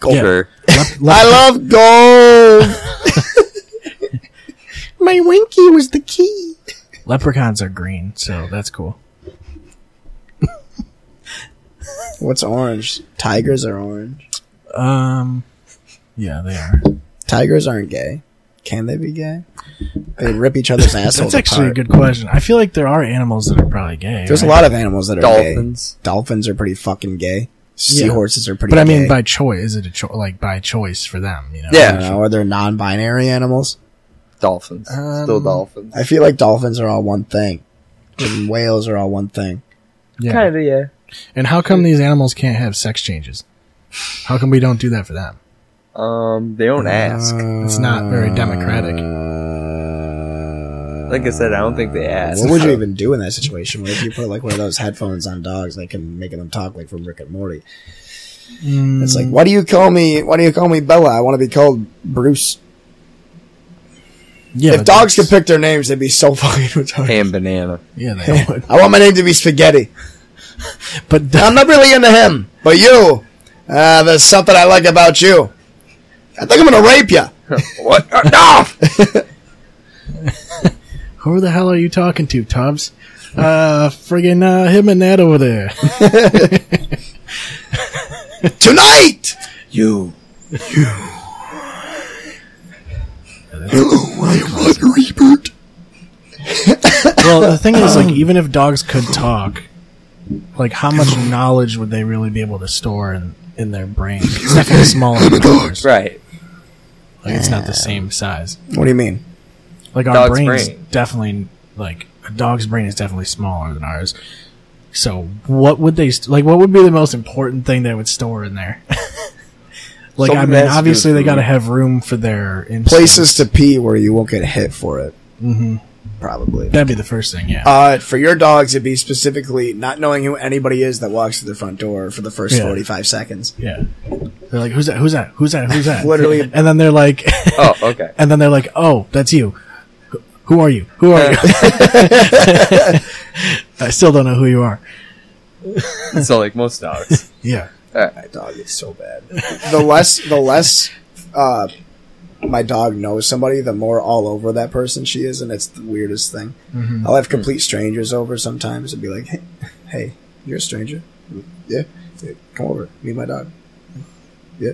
[SPEAKER 3] Gold.
[SPEAKER 1] Yeah.
[SPEAKER 4] sure.
[SPEAKER 1] Lep- lep-
[SPEAKER 3] I love gold. My winky was the key.
[SPEAKER 1] leprechauns are green, so that's cool.
[SPEAKER 3] *laughs* What's orange? Tigers are orange.
[SPEAKER 1] Um, yeah, they are.
[SPEAKER 3] Tigers aren't gay. Can they be gay? They rip
[SPEAKER 1] *laughs*
[SPEAKER 3] each other's assholes
[SPEAKER 1] That's actually
[SPEAKER 3] apart.
[SPEAKER 1] a good question. I feel like there are animals that are probably gay.
[SPEAKER 3] There's a
[SPEAKER 1] right?
[SPEAKER 3] lot of animals that are
[SPEAKER 4] Dolphins.
[SPEAKER 3] gay. Dolphins are pretty fucking gay. Seahorses are pretty.
[SPEAKER 1] but I mean,
[SPEAKER 3] gay.
[SPEAKER 1] by choice, is it a cho- like by choice for them? You know?
[SPEAKER 3] I
[SPEAKER 4] Yeah.
[SPEAKER 3] don't know, are there non-binary animals?
[SPEAKER 4] Dolphins. Still
[SPEAKER 1] Um,
[SPEAKER 4] dolphins.
[SPEAKER 3] I feel like dolphins are all one thing,
[SPEAKER 1] *laughs*
[SPEAKER 3] and whales are all one thing.
[SPEAKER 1] yeah.
[SPEAKER 6] Kind of, yeah.
[SPEAKER 1] And how come these animals can't have sex changes? How come we don't do that for them?
[SPEAKER 4] Um, they
[SPEAKER 1] Uh,
[SPEAKER 4] don't ask.
[SPEAKER 1] It's not very democratic.
[SPEAKER 3] Uh,
[SPEAKER 4] Like I said, I don't think they ask.
[SPEAKER 3] What would you even do in that situation? What if you put like one of those headphones on dogs that can make them talk like from Rick and Morty? It's
[SPEAKER 1] Mm.
[SPEAKER 3] like, why do you call me? Why do you call me Bella? I want to be called Bruce.
[SPEAKER 1] Yeah,
[SPEAKER 3] if
[SPEAKER 1] but
[SPEAKER 3] dogs could
[SPEAKER 1] that's-
[SPEAKER 3] pick their names, they'd be so *laughs* fucking retarded.
[SPEAKER 4] Ham banana.
[SPEAKER 1] yeah, they would.
[SPEAKER 3] I want my name to be Spaghetti.
[SPEAKER 1] But do-
[SPEAKER 3] I'm not really into him, but you. Uh, there's something I like about you. I think I'm gonna rape you.
[SPEAKER 4] What? Uh, No! *laughs*
[SPEAKER 1] who the hell are you talking to, Tubbs? Uh, friggin' uh, him and that over
[SPEAKER 3] *laughs*
[SPEAKER 1] there.
[SPEAKER 3] Tonight!
[SPEAKER 4] you.
[SPEAKER 1] well, the thing is, like, even if dogs could talk, like, how much knowledge would they really be able to store in in their brain? It's not gonna small. dogs.
[SPEAKER 4] Right.
[SPEAKER 1] Like, it's not the same size.
[SPEAKER 3] What do you mean?
[SPEAKER 1] Like our
[SPEAKER 4] Dog's
[SPEAKER 1] brains
[SPEAKER 4] brain.
[SPEAKER 1] definitely like a dog's brain is definitely smaller than ours. So what would they st- like? What would be the most important thing they would store in there? *laughs* like
[SPEAKER 4] Something
[SPEAKER 1] I
[SPEAKER 4] that has
[SPEAKER 1] mean,
[SPEAKER 4] to do
[SPEAKER 1] obviously
[SPEAKER 4] with
[SPEAKER 1] they
[SPEAKER 4] food.
[SPEAKER 1] got to have room for their instincts.
[SPEAKER 3] Places to pee where you won't get hit for it. Mm-hmm. Probably.
[SPEAKER 1] That'd be the first thing. Yeah.
[SPEAKER 3] Uh, for your dogs, it'd be specifically not knowing who anybody is that walks through the front door for the first
[SPEAKER 1] Yeah.
[SPEAKER 3] 45 seconds.
[SPEAKER 1] yeah. They're like, who's that? Who's that? Who's that? Who's that?
[SPEAKER 3] *laughs* Literally-
[SPEAKER 1] And then they're like, *laughs*
[SPEAKER 4] Oh, okay.
[SPEAKER 1] and then they're like, oh, that's you. Who- Who are you? Who are you?
[SPEAKER 3] Uh.
[SPEAKER 1] *laughs* I still don't know who you are.
[SPEAKER 4] so, like most dogs.
[SPEAKER 1] Yeah.
[SPEAKER 3] My dog is so bad. The less, the less, uh, my dog knows somebody, the more all over that person she is, and it's the weirdest thing.
[SPEAKER 1] Mm-hmm.
[SPEAKER 3] I'll have complete strangers over sometimes and be like, hey, hey you're a stranger? Yeah. Yeah, Come over. Meet my dog. Yeah.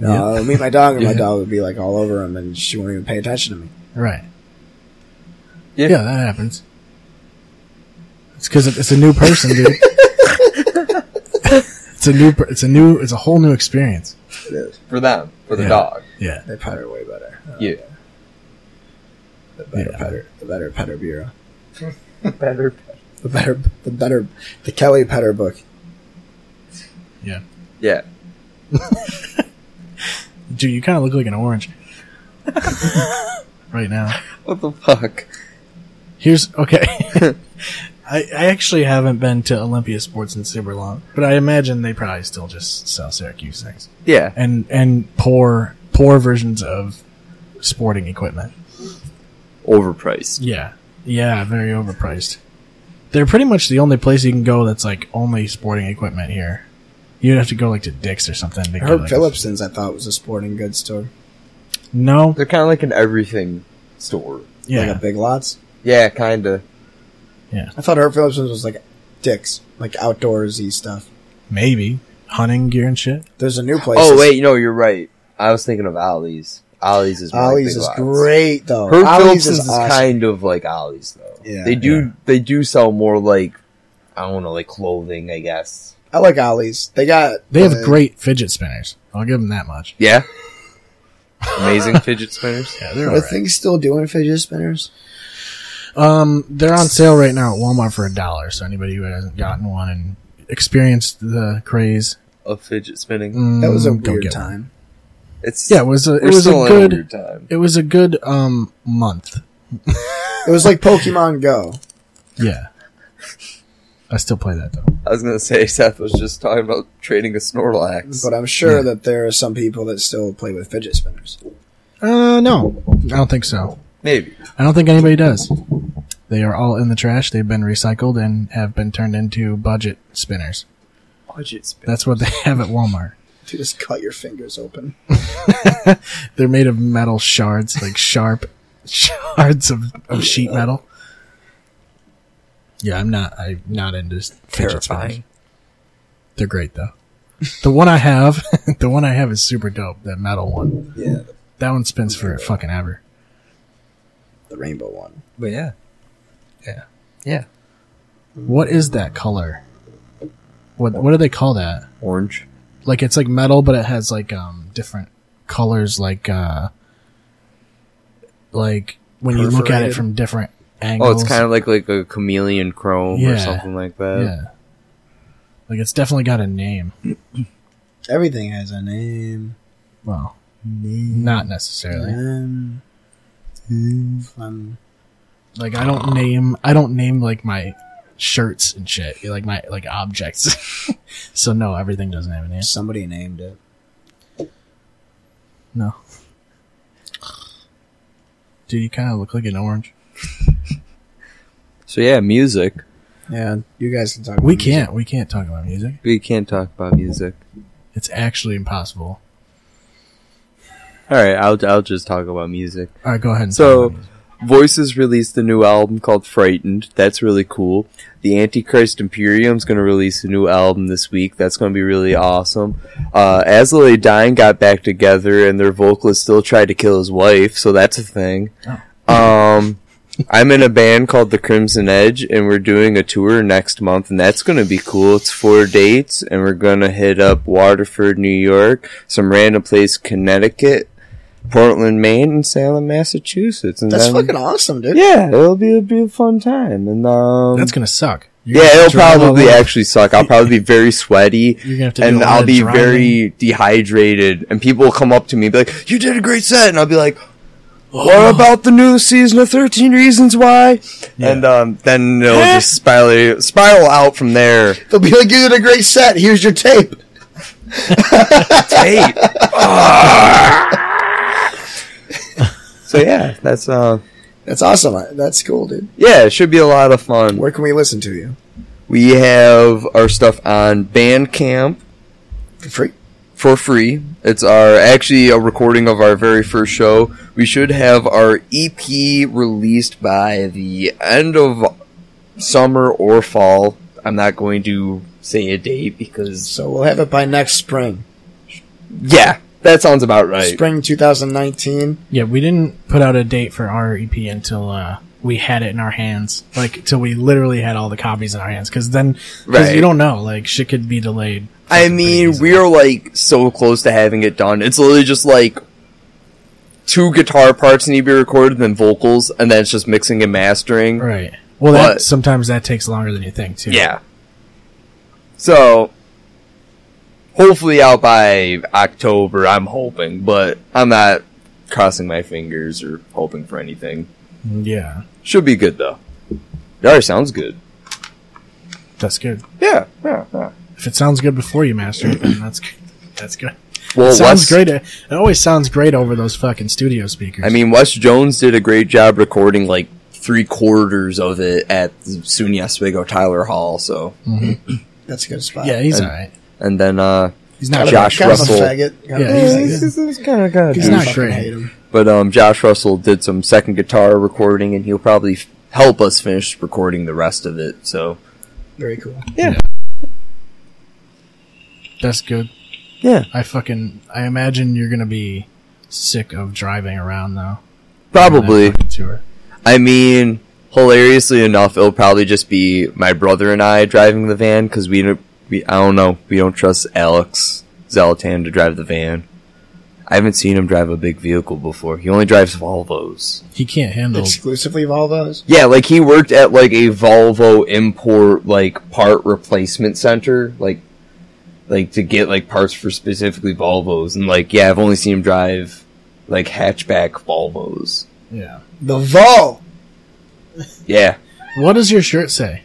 [SPEAKER 3] No,
[SPEAKER 1] Yeah.
[SPEAKER 3] I'll meet my dog, and
[SPEAKER 1] *laughs*
[SPEAKER 3] my
[SPEAKER 1] Yeah.
[SPEAKER 3] dog would be like all over him, and she won't even pay attention to me.
[SPEAKER 1] Right.
[SPEAKER 4] Yeah.
[SPEAKER 1] Yeah, that happens. It's because it's a new person, dude. it's a new. per- It's a new. It's a whole new experience.
[SPEAKER 4] For them. For the
[SPEAKER 1] Yeah.
[SPEAKER 4] dog.
[SPEAKER 1] Yeah.
[SPEAKER 3] They pet her way better. Uh,
[SPEAKER 4] Yeah.
[SPEAKER 3] The better
[SPEAKER 1] Yeah.
[SPEAKER 3] petter, the better petter
[SPEAKER 4] *laughs*
[SPEAKER 3] bureau. *laughs*
[SPEAKER 6] Better.
[SPEAKER 3] The better, the better, the Kelly Petter book.
[SPEAKER 1] Yeah.
[SPEAKER 4] Yeah.
[SPEAKER 1] Dude, you kind of look like an orange right now.
[SPEAKER 4] What the fuck?
[SPEAKER 1] Here's okay. *laughs* I, I actually haven't been to Olympia Sports in super long, but I imagine they probably still just sell Syracuse things
[SPEAKER 4] Yeah.
[SPEAKER 1] and and poor poor versions of sporting equipment.
[SPEAKER 4] Overpriced.
[SPEAKER 1] Yeah. Yeah, very overpriced. They're pretty much the only place you can go that's like only sporting equipment here. You'd have to go like to Dick's or something. To
[SPEAKER 3] I
[SPEAKER 1] get,
[SPEAKER 3] heard
[SPEAKER 1] like,
[SPEAKER 3] Phillipson's. I thought was a sporting goods store,
[SPEAKER 1] No.
[SPEAKER 4] They're kind of like an everything store.
[SPEAKER 3] like a
[SPEAKER 1] Yeah.
[SPEAKER 3] Big Lots.
[SPEAKER 4] Yeah, kind of.
[SPEAKER 3] I thought Herb Phillipson's was like Dick's, like outdoorsy stuff.
[SPEAKER 1] Maybe. Hunting gear and shit.
[SPEAKER 3] There's a new place.
[SPEAKER 4] Oh, wait, no, you're right. I was thinking of Ollie's. Ollie's is more like
[SPEAKER 3] Ollie's
[SPEAKER 4] Big
[SPEAKER 3] is
[SPEAKER 4] Lots.
[SPEAKER 3] great though.
[SPEAKER 4] Herb
[SPEAKER 3] Ollie's
[SPEAKER 4] Phillips's is,
[SPEAKER 3] awesome.
[SPEAKER 4] kind of like Ollie's though.
[SPEAKER 3] Yeah,
[SPEAKER 4] they do
[SPEAKER 1] yeah.
[SPEAKER 4] they do sell more like I don't know, like clothing, I guess.
[SPEAKER 3] I like Ollie's. They got
[SPEAKER 1] They have
[SPEAKER 3] uh,
[SPEAKER 1] great fidget spinners. I'll give them that much.
[SPEAKER 4] Yeah. Amazing fidget spinners.
[SPEAKER 1] Yeah, they're
[SPEAKER 3] Are things still doing fidget spinners?
[SPEAKER 1] Um, they're on sale right now at Walmart for a dollar. So anybody who hasn't gotten one and experienced the craze,
[SPEAKER 4] Of fidget spinning.
[SPEAKER 1] mm,
[SPEAKER 3] That was a
[SPEAKER 1] go
[SPEAKER 3] weird
[SPEAKER 1] get one.
[SPEAKER 3] time.
[SPEAKER 4] It's
[SPEAKER 1] Yeah, it was a it
[SPEAKER 4] we're
[SPEAKER 1] was a
[SPEAKER 4] still in a
[SPEAKER 1] good
[SPEAKER 4] weird time.
[SPEAKER 1] it was a good um month.
[SPEAKER 3] It was like Pokemon Go.
[SPEAKER 1] Yeah. I still play that though.
[SPEAKER 4] I was gonna say *laughs* Seth was just talking about trading a Snorlax.
[SPEAKER 3] But I'm sure
[SPEAKER 1] Yeah.
[SPEAKER 3] that there are some people that still play with fidget spinners. *laughs*
[SPEAKER 1] Uh, no, I don't think so.
[SPEAKER 4] Maybe.
[SPEAKER 1] I don't think anybody does. They are all in the trash. They've been recycled and have been turned into budget spinners.
[SPEAKER 4] Fidget spinning.
[SPEAKER 1] That's what they *laughs* have at Walmart.
[SPEAKER 3] You just cut your fingers open.
[SPEAKER 1] They're made of metal shards, like sharp *laughs* shards of, of sheet metal. Yeah, I'm not. I'm not into fidget spinners.
[SPEAKER 5] Terrifying.
[SPEAKER 1] They're great though. The one I have, *laughs* the one I have is super dope. That metal one.
[SPEAKER 3] Yeah.
[SPEAKER 1] That one spins for fucking ever.
[SPEAKER 3] the rainbow one.
[SPEAKER 5] But yeah. Yeah. Yeah.
[SPEAKER 1] What is that color? What what do they call that?
[SPEAKER 4] Orange.
[SPEAKER 1] Like it's like metal, but it has like um different colors, like uh like when you look at it
[SPEAKER 3] Perforated?
[SPEAKER 1] from different angles.
[SPEAKER 4] Oh, it's kind of like like a chameleon chrome or
[SPEAKER 1] Yeah.
[SPEAKER 4] something like that.
[SPEAKER 1] yeah. Like it's definitely got a name.
[SPEAKER 3] Everything has a name.
[SPEAKER 1] Well, not necessarily.
[SPEAKER 3] Um, um,
[SPEAKER 1] Like I don't name I don't name like my shirts and shit. Like my like objects. *laughs* so no, everything doesn't have a name.
[SPEAKER 3] somebody named it.
[SPEAKER 1] No. Dude, you kind of look like an orange.
[SPEAKER 4] So yeah, music.
[SPEAKER 3] Yeah, you guys can talk.
[SPEAKER 1] We
[SPEAKER 3] about music.
[SPEAKER 1] can't. We can't talk about music.
[SPEAKER 4] We can't talk about music.
[SPEAKER 1] It's actually impossible.
[SPEAKER 4] All right, I'll I'll just talk about music.
[SPEAKER 1] All right, go ahead. And
[SPEAKER 4] So-
[SPEAKER 1] talk about music.
[SPEAKER 4] Voices released a new album called Frightened. That's really cool. The Antichrist Imperium's going to release a new album this week. That's going to be really awesome. Uh, Azalea Dyne got back together, and their vocalist still tried to kill his wife, so that's a thing. Um, I'm in a band called The Crimson Edge, and we're doing a tour next month, and that's going to be cool. It's four dates, and we're going to hit up Waterford, New York, some random place, Connecticut, Portland, Maine, and Salem, Massachusetts. And
[SPEAKER 3] That's
[SPEAKER 4] then-
[SPEAKER 3] fucking awesome, dude.
[SPEAKER 4] yeah, it'll be, it'll be a fun time, and um,
[SPEAKER 1] that's gonna suck. You're
[SPEAKER 4] yeah,
[SPEAKER 1] gonna
[SPEAKER 4] it'll
[SPEAKER 1] drown
[SPEAKER 4] probably
[SPEAKER 1] all over.
[SPEAKER 4] actually suck. I'll probably be very sweaty,
[SPEAKER 1] *laughs* You're gonna have to do
[SPEAKER 4] and
[SPEAKER 1] a lot
[SPEAKER 4] I'll
[SPEAKER 1] of
[SPEAKER 4] be
[SPEAKER 1] drowning.
[SPEAKER 4] very dehydrated. And people will come up to me and be like, "You did a great set," and I'll be like,
[SPEAKER 1] Oh.
[SPEAKER 4] "What about the new season of Thirteen Reasons Why?" And um, then it'll
[SPEAKER 1] Eh.
[SPEAKER 4] just spiral spiral out from there.
[SPEAKER 3] They'll be like, "You did a great set. Here's your tape."
[SPEAKER 4] Hey. so yeah, that's uh,
[SPEAKER 3] That's awesome. I- That's cool, dude.
[SPEAKER 4] yeah, it should be a lot of fun.
[SPEAKER 3] Where can we listen to you
[SPEAKER 4] We have our stuff on Bandcamp
[SPEAKER 3] for free?
[SPEAKER 4] for free. It's our actually a recording of our very first show. We should have our EP released by the end of summer or fall. I'm not going to say a date because
[SPEAKER 3] So we'll have it by next spring,
[SPEAKER 4] yeah, that sounds about right.
[SPEAKER 3] spring 2019.
[SPEAKER 1] Yeah, we didn't put out a date for our EP until uh, we had it in our hands, like till we literally had all the copies in our hands. Because then, because
[SPEAKER 4] Right.
[SPEAKER 1] you don't know, like shit could be delayed.
[SPEAKER 4] I
[SPEAKER 1] fucking pretty
[SPEAKER 4] mean,
[SPEAKER 1] easily.
[SPEAKER 4] we are like so close to having it done. It's literally just like two guitar parts need to be recorded, then vocals, and then it's just mixing and mastering.
[SPEAKER 1] right. Well, that,
[SPEAKER 4] But-
[SPEAKER 1] sometimes that takes longer than you think too.
[SPEAKER 4] Yeah. So hopefully out by October, I'm hoping, but I'm not crossing my fingers or hoping for anything.
[SPEAKER 1] yeah,
[SPEAKER 4] Should be good though. That already sounds good.
[SPEAKER 1] that's good.
[SPEAKER 4] Yeah, yeah, yeah.
[SPEAKER 1] If it sounds good before you master it, then that's good. that's good.
[SPEAKER 4] Well,
[SPEAKER 1] It sounds
[SPEAKER 4] Wes,
[SPEAKER 1] great. It always sounds great over those fucking studio speakers.
[SPEAKER 4] I mean, Wes Jones did a great job recording like three quarters of it at the SUNY Oswego Tyler Hall. So,
[SPEAKER 3] That's a good spot.
[SPEAKER 1] yeah, he's
[SPEAKER 4] and-
[SPEAKER 1] alright.
[SPEAKER 4] and then uh,
[SPEAKER 1] He's not.
[SPEAKER 4] Kind of- Josh
[SPEAKER 3] kind
[SPEAKER 4] Russell.
[SPEAKER 3] Of a faggot. Kind of a
[SPEAKER 1] Yeah, he's-
[SPEAKER 3] faggot.
[SPEAKER 1] he's-
[SPEAKER 4] kind of good.
[SPEAKER 1] He's
[SPEAKER 3] I
[SPEAKER 1] not
[SPEAKER 3] fucking
[SPEAKER 1] great.
[SPEAKER 3] hate him.
[SPEAKER 4] But um, Josh Russell did some second guitar recording, and he'll probably f- help us finish recording the rest of it. So
[SPEAKER 3] Very cool.
[SPEAKER 1] That's good.
[SPEAKER 4] Yeah.
[SPEAKER 1] I fucking. I imagine you're gonna be sick of driving around though.
[SPEAKER 4] probably,
[SPEAKER 1] That fucking Tour.
[SPEAKER 4] I mean, hilariously enough, it'll probably just be my brother and I driving the van because we don't. We, I don't know. We don't trust Alex Zalatan to drive the van. I haven't seen him drive a big vehicle before. He only drives Volvos.
[SPEAKER 1] He can't handle.
[SPEAKER 3] Exclusively Volvos.
[SPEAKER 4] Yeah, like he worked at like a Volvo import like part replacement center, like like to get like parts for specifically Volvos and like yeah, I've only seen him drive like hatchback Volvos.
[SPEAKER 1] Yeah.
[SPEAKER 3] The Vol.
[SPEAKER 4] Yeah.
[SPEAKER 1] What does your shirt say?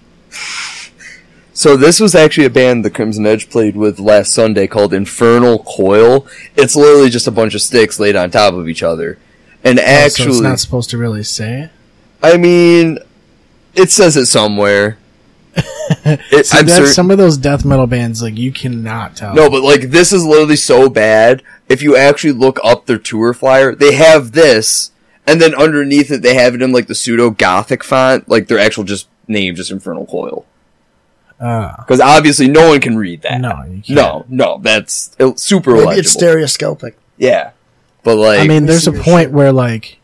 [SPEAKER 4] So this was actually a band the Crimson Edge played with last Sunday called Infernal Coil. It's literally just a bunch of sticks laid on top of each other. And
[SPEAKER 1] Oh, so it's
[SPEAKER 4] actually
[SPEAKER 1] not supposed to really say it.
[SPEAKER 4] I mean it says
[SPEAKER 1] *laughs*
[SPEAKER 4] it somewhere. It-
[SPEAKER 1] See,
[SPEAKER 4] I'm
[SPEAKER 1] that's
[SPEAKER 4] certain-
[SPEAKER 1] some of those death metal bands, like you cannot tell.
[SPEAKER 4] No, but like this is literally so bad. If you actually look up their tour flyer, they have this, and then underneath it, they have it in like the pseudo gothic font, like their actual just name, just Infernal Coil.
[SPEAKER 1] Uh,
[SPEAKER 4] Because obviously, no one can read that.
[SPEAKER 1] No, you can't.
[SPEAKER 4] no, no, that's it- super
[SPEAKER 3] Maybe
[SPEAKER 4] illegible.
[SPEAKER 3] it's stereoscopic.
[SPEAKER 4] yeah, but like,
[SPEAKER 1] I mean,
[SPEAKER 3] Let me
[SPEAKER 1] there's
[SPEAKER 3] see
[SPEAKER 1] a
[SPEAKER 3] your
[SPEAKER 1] point where like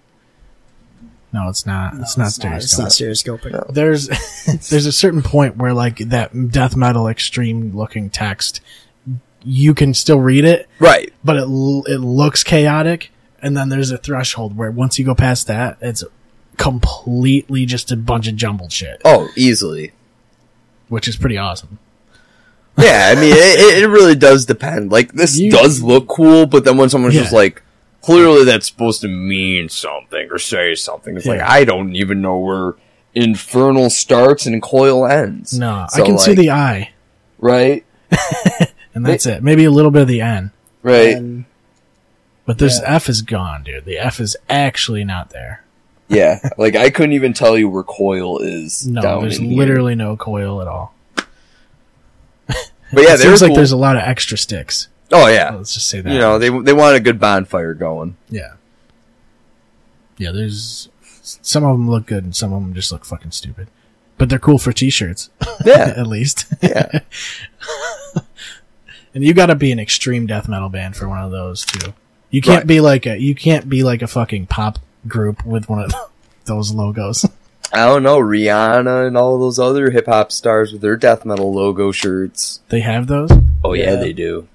[SPEAKER 1] No, it's not. it's
[SPEAKER 3] No,
[SPEAKER 1] not
[SPEAKER 3] It's not
[SPEAKER 1] stereoscopic.
[SPEAKER 3] stereoscopic.
[SPEAKER 1] There's *laughs* there's a certain point where like that death metal extreme looking text, you can still read it,
[SPEAKER 4] Right.
[SPEAKER 1] but it l- it looks chaotic. And then there's a threshold where once you go past that, it's completely just a bunch of jumbled shit,
[SPEAKER 4] Oh, easily.
[SPEAKER 1] which is pretty awesome.
[SPEAKER 4] Yeah, I mean, it, it- it really does depend. Like, this
[SPEAKER 1] You-
[SPEAKER 4] does look cool, but then when someone's just
[SPEAKER 1] Yeah.
[SPEAKER 4] like, clearly that's supposed to mean something or say something, it's like,
[SPEAKER 1] Yeah.
[SPEAKER 4] I don't even know where Infernal starts and Coil ends.
[SPEAKER 1] No,
[SPEAKER 4] So,
[SPEAKER 1] I can see
[SPEAKER 4] like,
[SPEAKER 1] the I,
[SPEAKER 4] Right?
[SPEAKER 1] and that's it. Maybe a little bit of the N,
[SPEAKER 4] Right.
[SPEAKER 3] And
[SPEAKER 1] but this F is gone, dude. The F is actually not there.
[SPEAKER 4] *laughs* yeah. Like, I couldn't even tell you where Coil is.
[SPEAKER 1] No,
[SPEAKER 4] down
[SPEAKER 1] there's
[SPEAKER 4] in here.
[SPEAKER 1] literally no coil at all.
[SPEAKER 4] But yeah,
[SPEAKER 1] it
[SPEAKER 4] there's
[SPEAKER 1] seems like
[SPEAKER 4] cool.
[SPEAKER 1] there's a lot of extra sticks.
[SPEAKER 4] Oh, yeah.
[SPEAKER 1] Let's just say that.
[SPEAKER 4] You know, they, they want a good
[SPEAKER 1] *laughs*
[SPEAKER 4] bonfire going.
[SPEAKER 1] Yeah. Yeah, there's some of them look good and some of them just look fucking stupid. But they're cool for t-shirts *laughs*
[SPEAKER 4] Yeah.
[SPEAKER 1] at least.
[SPEAKER 4] yeah.
[SPEAKER 1] *laughs* and you got to be an extreme death metal band for one of those too. You can't
[SPEAKER 4] Right.
[SPEAKER 1] be like a you can't be like a fucking pop group with one of *laughs* those logos. *laughs*
[SPEAKER 4] I don't know. Rihanna and all those other hip hop stars with their death metal logo shirts.
[SPEAKER 1] They have those?
[SPEAKER 4] Oh, yeah
[SPEAKER 3] Yeah.
[SPEAKER 4] they do.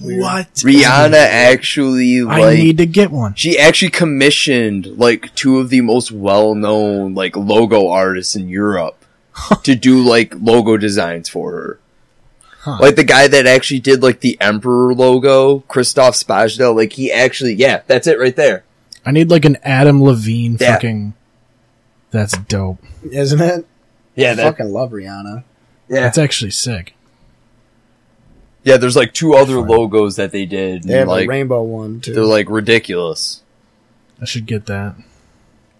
[SPEAKER 1] What?
[SPEAKER 4] Rihanna actually
[SPEAKER 1] *laughs* I
[SPEAKER 4] like
[SPEAKER 1] need to get one.
[SPEAKER 4] she actually commissioned like two of the most well-known like logo artists in Europe to do like logo designs for her.
[SPEAKER 1] Huh.
[SPEAKER 4] Like the guy that actually did like the Emperor logo, Christoph Spajda, like he actually yeah, that's it right there.
[SPEAKER 1] I need like an Adam Levine
[SPEAKER 4] Yeah.
[SPEAKER 1] fucking That's dope.
[SPEAKER 3] isn't it?
[SPEAKER 4] Yeah,
[SPEAKER 3] I
[SPEAKER 4] that,
[SPEAKER 3] fucking love Rihanna.
[SPEAKER 4] yeah.
[SPEAKER 1] That's actually sick.
[SPEAKER 4] yeah, there's like two other logos that they did
[SPEAKER 1] Mm,
[SPEAKER 3] They have
[SPEAKER 4] and, like
[SPEAKER 3] a rainbow one too.
[SPEAKER 4] they're like ridiculous.
[SPEAKER 1] I should get that.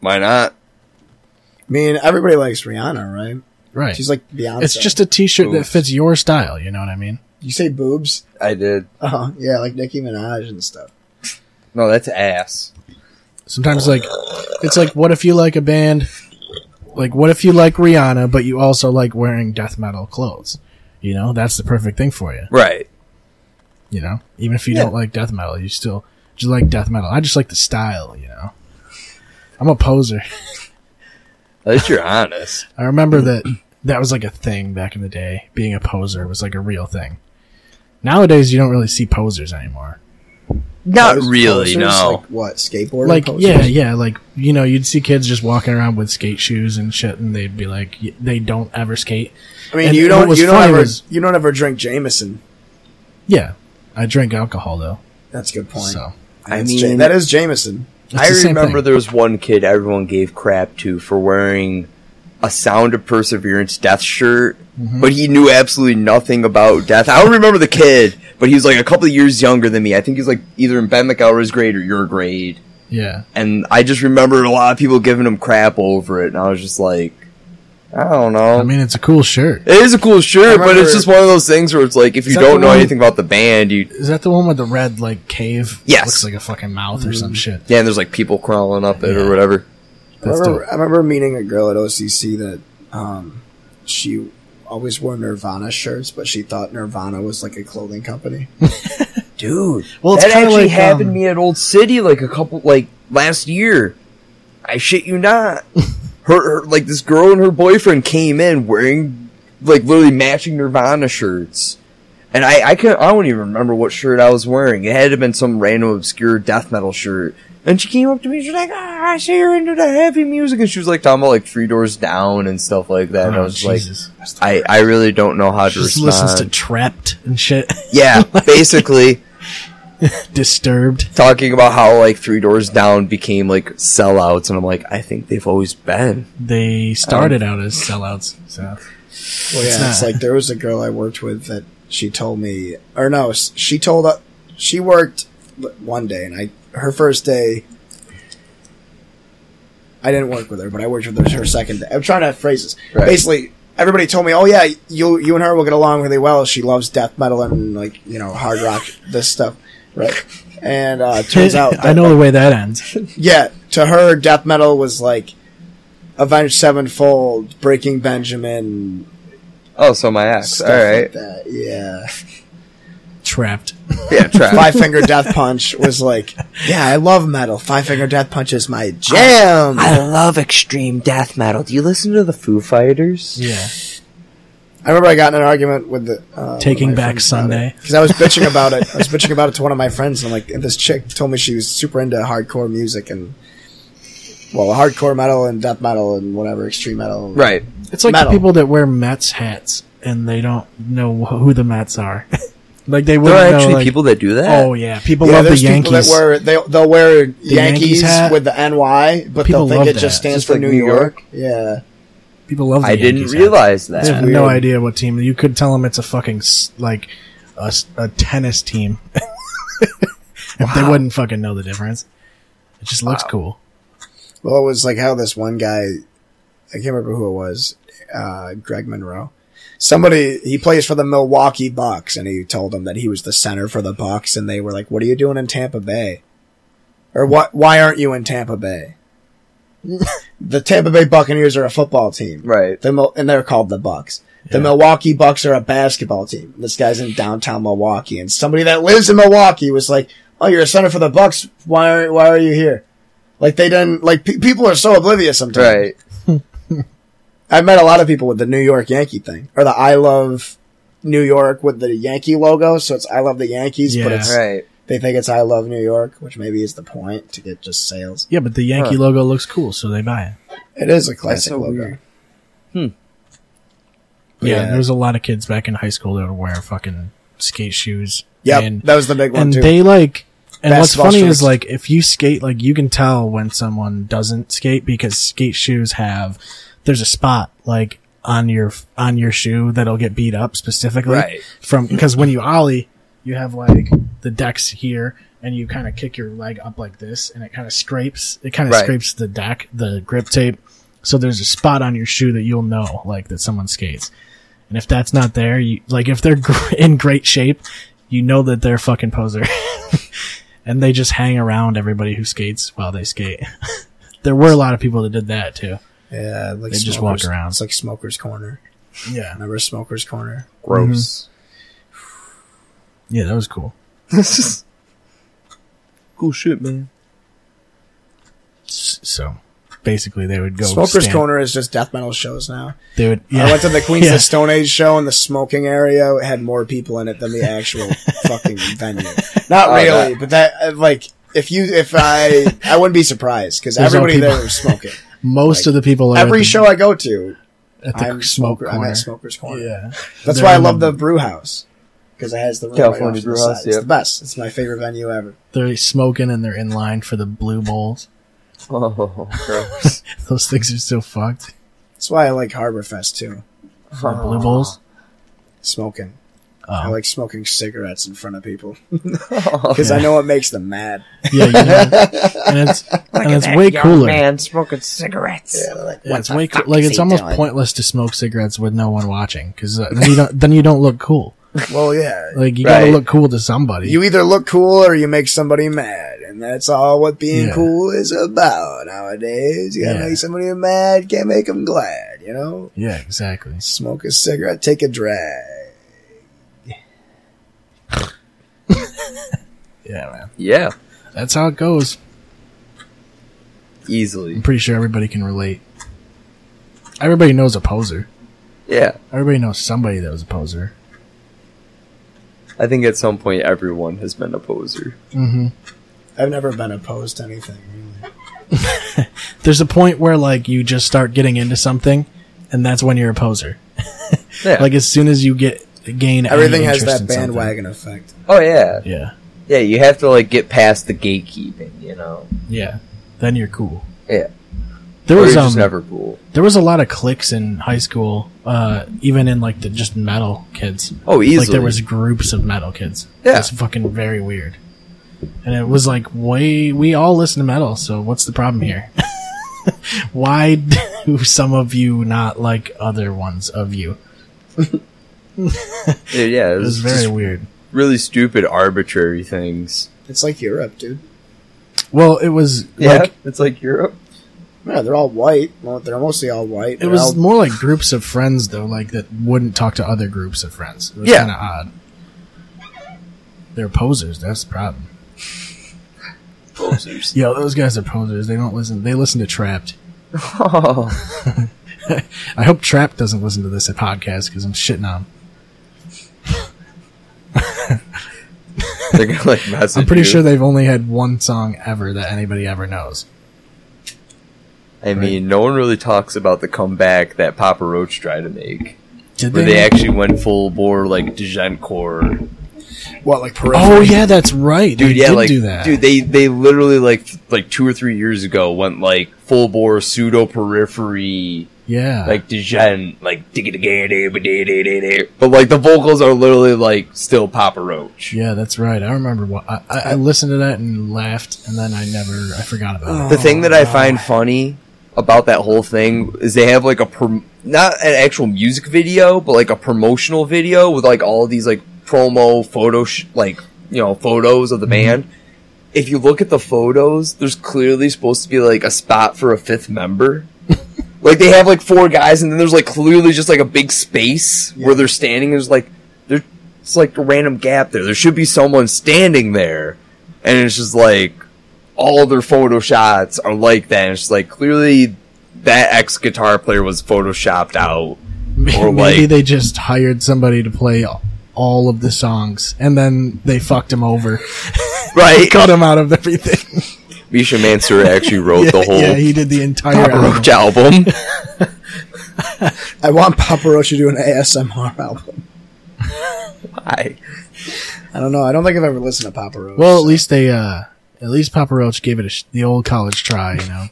[SPEAKER 4] Why not?
[SPEAKER 3] I mean, everybody likes Rihanna, right?
[SPEAKER 1] Right.
[SPEAKER 3] She's like Beyonce.
[SPEAKER 1] it's just a t-shirt that
[SPEAKER 4] Oops.
[SPEAKER 1] fits your style, you know what I mean?
[SPEAKER 3] you say boobs.
[SPEAKER 4] I did.
[SPEAKER 3] Uh huh. Yeah, like Nicki Minaj and stuff.
[SPEAKER 4] No, that's ass.
[SPEAKER 1] Sometimes like it's like what if you like a band like what if you like Rihanna but you also like wearing death metal clothes? You know, that's the perfect thing for you,
[SPEAKER 4] Right.
[SPEAKER 1] you know? Even if you
[SPEAKER 4] Yeah.
[SPEAKER 1] don't like death metal, you still just like death metal. I just like the style, you know. I'm a poser.
[SPEAKER 4] At least you're honest.
[SPEAKER 1] I remember that that was like a thing back in the day. Being a poser was like a real thing. Nowadays you don't really see posers anymore.
[SPEAKER 4] Not
[SPEAKER 3] Those
[SPEAKER 4] really,
[SPEAKER 3] posers,
[SPEAKER 4] no.
[SPEAKER 3] Like what? Skateboard?
[SPEAKER 1] like yeah yeah like you know you'd see kids just walking around with skate shoes and shit and they'd be like y- they don't ever skate
[SPEAKER 3] I mean,
[SPEAKER 1] And
[SPEAKER 3] you
[SPEAKER 1] what
[SPEAKER 3] don't.
[SPEAKER 1] was
[SPEAKER 3] You don't
[SPEAKER 1] funny
[SPEAKER 3] ever.
[SPEAKER 1] was-
[SPEAKER 3] you don't ever drink Jameson.
[SPEAKER 1] yeah i drink alcohol though
[SPEAKER 3] That's a good point.
[SPEAKER 1] so
[SPEAKER 4] I
[SPEAKER 3] That's
[SPEAKER 4] mean-
[SPEAKER 3] Ja- that is Jameson.
[SPEAKER 1] it's
[SPEAKER 4] I
[SPEAKER 1] the same
[SPEAKER 4] remember
[SPEAKER 1] thing.
[SPEAKER 4] there was one kid everyone gave crap to for wearing a Sound of Perseverance death shirt,
[SPEAKER 1] Mm-hmm.
[SPEAKER 4] but he knew absolutely nothing about death. I don't remember the kid, but he was like a couple of years younger than me. I think he's like either in Ben McElroy's grade or your grade.
[SPEAKER 1] yeah
[SPEAKER 4] And I just remember a lot of people giving him crap over it, and I was just like, I don't know.
[SPEAKER 1] i mean it's a cool shirt
[SPEAKER 4] it is a cool shirt, but
[SPEAKER 3] remember-
[SPEAKER 4] it's just one of those things where it's like if you
[SPEAKER 1] that
[SPEAKER 4] don't
[SPEAKER 1] the
[SPEAKER 4] know
[SPEAKER 1] one-
[SPEAKER 4] anything about the band, you
[SPEAKER 1] is that the one with the red like cave
[SPEAKER 4] Yes.
[SPEAKER 1] looks like a fucking mouth or some shit
[SPEAKER 4] yeah, and there's like people crawling up it or whatever.
[SPEAKER 3] I
[SPEAKER 1] that's dope
[SPEAKER 3] remember, I remember meeting a girl at OCC that um, she always wore Nirvana shirts, but she thought Nirvana was like a
[SPEAKER 1] *laughs*
[SPEAKER 3] clothing company.
[SPEAKER 4] Dude,
[SPEAKER 1] Well, it's
[SPEAKER 4] that
[SPEAKER 1] kinda
[SPEAKER 4] actually
[SPEAKER 1] like,
[SPEAKER 4] happened to
[SPEAKER 1] um,
[SPEAKER 4] me at Old City like a couple like last year. I shit
[SPEAKER 1] *laughs*
[SPEAKER 4] you not. her, her like this girl and her boyfriend came in wearing like literally matching Nirvana shirts. And I I can I don't even remember what shirt I was wearing. It had to have been some random obscure death metal shirt. And she came up to me. She's like, ah, "I see you're into the heavy music," and she was like talking about like Three Doors Down and stuff like that. and I
[SPEAKER 1] Oh,
[SPEAKER 4] was
[SPEAKER 1] Jesus.
[SPEAKER 4] like, "I I really don't know how to
[SPEAKER 1] just
[SPEAKER 4] respond."
[SPEAKER 1] listens to trapped and shit *laughs*
[SPEAKER 4] yeah, basically.
[SPEAKER 1] disturbed
[SPEAKER 4] talking about how like Three Doors Down became like sellouts, and I'm like, I think they've always been.
[SPEAKER 1] they
[SPEAKER 4] Um,
[SPEAKER 1] started out as sellouts so
[SPEAKER 3] Well, yeah, it's
[SPEAKER 1] not.
[SPEAKER 3] like there was a girl I worked with that she told me, or no, s- she told uh, she worked l- one day, and I her first day. I didn't work with her, but I worked with her her second day. I'm trying to phrase this.
[SPEAKER 4] Right.
[SPEAKER 3] Basically, everybody told me, "Oh yeah, you you and her will get along really well. She loves death metal and like you know hard rock this stuff, right?" And uh, turns out,
[SPEAKER 1] *laughs* i
[SPEAKER 3] that-
[SPEAKER 1] know the way that ends
[SPEAKER 3] yeah, to her, death metal was like Avenged Sevenfold, Breaking Benjamin,
[SPEAKER 4] Oh, so my ex.
[SPEAKER 3] stuff
[SPEAKER 4] All right.
[SPEAKER 3] like that. Yeah.
[SPEAKER 1] trapped.
[SPEAKER 4] *laughs* Yeah, trap.
[SPEAKER 3] Five Finger Death Punch was like, yeah, I love metal. Five Finger Death Punch is my jam. I,
[SPEAKER 5] I love extreme death metal. Do you listen to the Foo Fighters?
[SPEAKER 1] Yeah.
[SPEAKER 3] remember I got in an argument with the uh,
[SPEAKER 1] Taking Back Sunday.
[SPEAKER 3] because I was bitching
[SPEAKER 1] *laughs*
[SPEAKER 3] about it. I was bitching about it to one of my friends, and I'm like, and this chick told me she was super into hardcore music and well, hardcore metal and death metal and whatever extreme metal.
[SPEAKER 4] Right.
[SPEAKER 1] It's like
[SPEAKER 3] Metal.
[SPEAKER 1] the people that wear Mets hats and they don't know wh- who the Mets are. *laughs* like they
[SPEAKER 4] There
[SPEAKER 1] wouldn't
[SPEAKER 4] are
[SPEAKER 1] know,
[SPEAKER 4] actually
[SPEAKER 1] like,
[SPEAKER 4] people that do that.
[SPEAKER 1] Oh yeah, people
[SPEAKER 3] Yeah,
[SPEAKER 1] love the
[SPEAKER 3] there's people that
[SPEAKER 1] Yankees.
[SPEAKER 3] wear they they'll wear Yankees,
[SPEAKER 1] Yankees hat.
[SPEAKER 3] with the NY, but
[SPEAKER 1] People
[SPEAKER 3] they'll
[SPEAKER 1] love
[SPEAKER 3] think
[SPEAKER 1] that.
[SPEAKER 3] it just stands
[SPEAKER 4] Just
[SPEAKER 3] for
[SPEAKER 4] like
[SPEAKER 3] New
[SPEAKER 4] New
[SPEAKER 3] York. Yeah,
[SPEAKER 1] people love. The
[SPEAKER 4] I didn't
[SPEAKER 1] Yankees hats.
[SPEAKER 4] realize
[SPEAKER 1] They have
[SPEAKER 4] that.
[SPEAKER 3] weird.
[SPEAKER 1] no idea what team. You could tell them it's a fucking s- like a, s- a tennis team. *laughs* If They wouldn't fucking know the difference. It just looks cool.
[SPEAKER 3] Well, it was like how this one guy, I can't remember who it was, uh, Greg Monroe. Somebody, he plays for the Milwaukee Bucks, and he told them that he was the center for the Bucks, and they were like, "What are you doing in Tampa Bay? Or what? Why aren't you in Tampa Bay?" the Tampa Bay Buccaneers are a football team,
[SPEAKER 4] Right.
[SPEAKER 3] The Mil- and they're called the Bucks. The Milwaukee Bucks are a basketball team. This guy's in downtown Milwaukee, and somebody that lives in Milwaukee was like, "Oh, you're a center for the Bucks. Why are Why are you here?" Like they didn't like pe- people are so oblivious sometimes.
[SPEAKER 4] Right.
[SPEAKER 3] I've met a lot of people with the New York Yankee thing or the I love New York with the Yankee logo. So it's I love the Yankees, but
[SPEAKER 1] Yeah.
[SPEAKER 3] it's
[SPEAKER 4] Right.
[SPEAKER 3] they think it's I love New York, which maybe is the point to get just sales.
[SPEAKER 1] Yeah, but the Yankee logo looks cool, so they buy it.
[SPEAKER 3] It is a classic
[SPEAKER 4] so
[SPEAKER 3] logo.
[SPEAKER 4] weird.
[SPEAKER 1] Yeah,
[SPEAKER 3] Yeah.
[SPEAKER 1] there was a lot of kids back in high school that would wear fucking skate shoes.
[SPEAKER 3] Yep,
[SPEAKER 1] and,
[SPEAKER 3] that was the big one
[SPEAKER 1] and
[SPEAKER 3] too.
[SPEAKER 1] they like. And what's
[SPEAKER 3] Basketball
[SPEAKER 1] funny
[SPEAKER 3] shorts.
[SPEAKER 1] is like if you skate, like you can tell when someone doesn't skate because skate shoes have there's a spot like on your on your shoe that'll get beat up specifically
[SPEAKER 4] Right.
[SPEAKER 1] from because when you ollie, you have like the decks here. And you kind of kick your leg up like this, and it kind of scrapes. It kind of
[SPEAKER 4] Right.
[SPEAKER 1] scrapes the deck, the grip tape. So there's a spot on your shoe that you'll know, like that someone skates. And if that's not there, you like if they're *laughs* gr- in great shape, you know that they're a fucking poser. *laughs* and they just hang around everybody who skates while they skate. *laughs* there were a lot of people that did that too.
[SPEAKER 3] yeah, like
[SPEAKER 1] they just walk
[SPEAKER 3] smokers-
[SPEAKER 1] around.
[SPEAKER 3] It's like Smoker's Corner.
[SPEAKER 1] Yeah.
[SPEAKER 3] Remember Smoker's Corner?
[SPEAKER 4] Gross.
[SPEAKER 1] Yeah, that was cool.
[SPEAKER 4] *laughs* Cool shit, man.
[SPEAKER 1] S- So basically they would go
[SPEAKER 3] Smoker's
[SPEAKER 1] stand-
[SPEAKER 3] Corner is just death metal shows now.
[SPEAKER 1] They would yeah.
[SPEAKER 3] I went
[SPEAKER 1] *laughs*
[SPEAKER 3] to the Queens
[SPEAKER 1] Yeah.
[SPEAKER 3] of the Stone Age show, and the smoking area had more people in it than
[SPEAKER 1] *laughs*
[SPEAKER 3] the actual fucking venue. Not
[SPEAKER 4] Oh,
[SPEAKER 3] really,
[SPEAKER 4] that-
[SPEAKER 3] but that uh, like if you if I I wouldn't be surprised because
[SPEAKER 1] There's
[SPEAKER 3] everybody
[SPEAKER 1] all people-
[SPEAKER 3] there was
[SPEAKER 1] *laughs*
[SPEAKER 3] smoking.
[SPEAKER 1] Most of the people are at
[SPEAKER 3] Every
[SPEAKER 1] the-
[SPEAKER 3] show I go to,
[SPEAKER 1] at the *laughs*
[SPEAKER 3] I'm
[SPEAKER 1] smoke
[SPEAKER 3] smoker. I'm
[SPEAKER 1] corner.
[SPEAKER 3] at smokers corner.
[SPEAKER 1] Yeah.
[SPEAKER 3] That's
[SPEAKER 1] They're
[SPEAKER 3] why I
[SPEAKER 1] in
[SPEAKER 3] love the brew house because it has the room right off
[SPEAKER 4] California
[SPEAKER 3] to
[SPEAKER 4] brew
[SPEAKER 3] the side.
[SPEAKER 4] house,
[SPEAKER 3] It's
[SPEAKER 4] yep.
[SPEAKER 3] the best. It's my favorite venue ever.
[SPEAKER 1] they're smoking and they're in line for the blue bowls.
[SPEAKER 4] *laughs* Oh, gross.
[SPEAKER 1] *laughs* Those things are so fucked.
[SPEAKER 3] That's why I like Harborfest too.
[SPEAKER 1] The blue bowls.
[SPEAKER 3] Smoking. I
[SPEAKER 1] Oh.
[SPEAKER 3] like smoking cigarettes in front of people because I know it makes them mad.
[SPEAKER 1] Yeah, you
[SPEAKER 3] *laughs*
[SPEAKER 1] know, and it's and it's way cooler.
[SPEAKER 5] smoking cigarettes.
[SPEAKER 3] Yeah, they're like,
[SPEAKER 1] Yeah,
[SPEAKER 3] "What
[SPEAKER 1] it's
[SPEAKER 3] the
[SPEAKER 1] way
[SPEAKER 3] fuck
[SPEAKER 1] coo- like
[SPEAKER 3] is
[SPEAKER 1] it's
[SPEAKER 3] he
[SPEAKER 1] almost
[SPEAKER 3] doing?"
[SPEAKER 1] pointless to smoke cigarettes with no one watching because uh, then you don't then you don't look cool.
[SPEAKER 3] Well, yeah.
[SPEAKER 1] Like you
[SPEAKER 4] Right.
[SPEAKER 1] gotta look cool to somebody.
[SPEAKER 3] You either look cool or you make somebody mad, and that's all what being
[SPEAKER 1] Yeah.
[SPEAKER 3] cool is about nowadays. You gotta
[SPEAKER 1] Yeah.
[SPEAKER 3] make somebody mad, can't make them glad, you know?
[SPEAKER 1] yeah, exactly.
[SPEAKER 3] Smoke a cigarette, take a drag.
[SPEAKER 1] Yeah, man.
[SPEAKER 4] *laughs* yeah,
[SPEAKER 1] That's how it goes. I'm
[SPEAKER 4] easily.
[SPEAKER 1] pretty sure everybody can relate. Everybody knows a poser.
[SPEAKER 4] Yeah,
[SPEAKER 1] Everybody knows somebody that was a poser.
[SPEAKER 4] I think at some point everyone has been a poser.
[SPEAKER 1] Mm-hmm.
[SPEAKER 3] I've never been opposed to anything, really.
[SPEAKER 1] There's a point where like you just start getting into something, and that's when you're a poser.
[SPEAKER 4] *laughs* Yeah.
[SPEAKER 1] Like as soon as you get gain any
[SPEAKER 3] Everything has
[SPEAKER 1] interest
[SPEAKER 3] that
[SPEAKER 1] in something.
[SPEAKER 3] bandwagon effect.
[SPEAKER 4] oh yeah,
[SPEAKER 1] Yeah,
[SPEAKER 4] yeah. You have to like get past the gatekeeping, you know.
[SPEAKER 1] yeah. Then you're cool.
[SPEAKER 4] Yeah.
[SPEAKER 1] There
[SPEAKER 4] Or
[SPEAKER 1] was
[SPEAKER 4] you're
[SPEAKER 1] um,
[SPEAKER 4] just never cool.
[SPEAKER 1] there was a lot of cliques in high school, uh, even in like the just metal kids.
[SPEAKER 4] Oh, easily.
[SPEAKER 1] Like there was groups of metal kids.
[SPEAKER 4] Yeah.
[SPEAKER 1] it's fucking very weird. And it was like, way we all listen to metal, so what's the problem here? *laughs* Why *laughs* do some of you not like other ones of you?
[SPEAKER 4] yeah, yeah, it
[SPEAKER 1] It was
[SPEAKER 4] was
[SPEAKER 1] very
[SPEAKER 4] just
[SPEAKER 1] weird.
[SPEAKER 4] really stupid, arbitrary things.
[SPEAKER 3] It's like Europe, dude.
[SPEAKER 1] Well, it was
[SPEAKER 4] Yeah,
[SPEAKER 1] like
[SPEAKER 4] it's like Europe.
[SPEAKER 3] Yeah, they're all white. Well, they're mostly all white.
[SPEAKER 1] it
[SPEAKER 3] They're
[SPEAKER 1] was
[SPEAKER 3] all-
[SPEAKER 1] more like groups of friends though, like that wouldn't talk to other groups of friends. It was
[SPEAKER 4] Yeah.
[SPEAKER 1] kind of odd. They're posers. That's the problem.
[SPEAKER 4] *laughs* Posers.
[SPEAKER 1] Yo, those guys are posers. They don't listen. They listen to Trapped.
[SPEAKER 4] Oh.
[SPEAKER 1] I hope Trapped doesn't listen to this podcast because I'm shitting on. 'em.
[SPEAKER 4] They're gonna like message.
[SPEAKER 1] I'm pretty
[SPEAKER 4] you.
[SPEAKER 1] sure they've only had one song ever that anybody ever knows.
[SPEAKER 4] I mean, no one really talks about the comeback that Papa Roach tried to make,
[SPEAKER 1] Did
[SPEAKER 4] where they actually went full bore like Degencore.
[SPEAKER 3] What like peripheral?
[SPEAKER 1] Oh yeah, that's right.
[SPEAKER 4] Dude,
[SPEAKER 1] they
[SPEAKER 4] yeah,
[SPEAKER 1] did
[SPEAKER 4] like
[SPEAKER 1] do that.
[SPEAKER 4] dude, they they literally like like two or three years ago went like full bore pseudo periphery
[SPEAKER 1] yeah,
[SPEAKER 4] like Degen like digga-digga-digga-digga-digga-digga. but like the vocals are literally like still Papa Roach.
[SPEAKER 1] yeah, that's right. I remember. What, I, I I listened to that and laughed, and then I never. I forgot about
[SPEAKER 4] The
[SPEAKER 1] it.
[SPEAKER 4] thing that I find funny about that whole thing is they have like a prom- not an actual music video, but like a promotional video with like all these like promo photo sh- like you know photos of the band. If you look at the photos, there's clearly supposed to be like a spot for a fifth member. like they have like four guys, and then there's like clearly just like a big space where they're standing. There's like there's like a random gap there. There should be someone standing there, and it's just like all their photo shots are like that. And it's just like clearly that ex guitar player was photoshopped out.
[SPEAKER 1] *laughs*
[SPEAKER 4] or
[SPEAKER 1] Maybe
[SPEAKER 4] like-
[SPEAKER 1] they just hired somebody to play all of the songs, and then they fucked him over, *laughs*
[SPEAKER 4] Right?
[SPEAKER 1] cut him out of
[SPEAKER 4] *laughs*
[SPEAKER 1] everything.
[SPEAKER 4] Misha
[SPEAKER 1] *laughs*
[SPEAKER 4] Mansour actually wrote the whole
[SPEAKER 1] yeah, he did the entire.
[SPEAKER 4] Papa
[SPEAKER 1] album.
[SPEAKER 4] Roach
[SPEAKER 1] *laughs*
[SPEAKER 4] album.
[SPEAKER 3] I want Papa Roach to do an ASMR *laughs* album.
[SPEAKER 4] I,
[SPEAKER 3] I don't know. I don't think I've ever listened to Papa Roach.
[SPEAKER 1] Well, at least they, uh, at least Papa Roach gave it a sh- the old college try, you
[SPEAKER 4] *laughs*
[SPEAKER 1] know.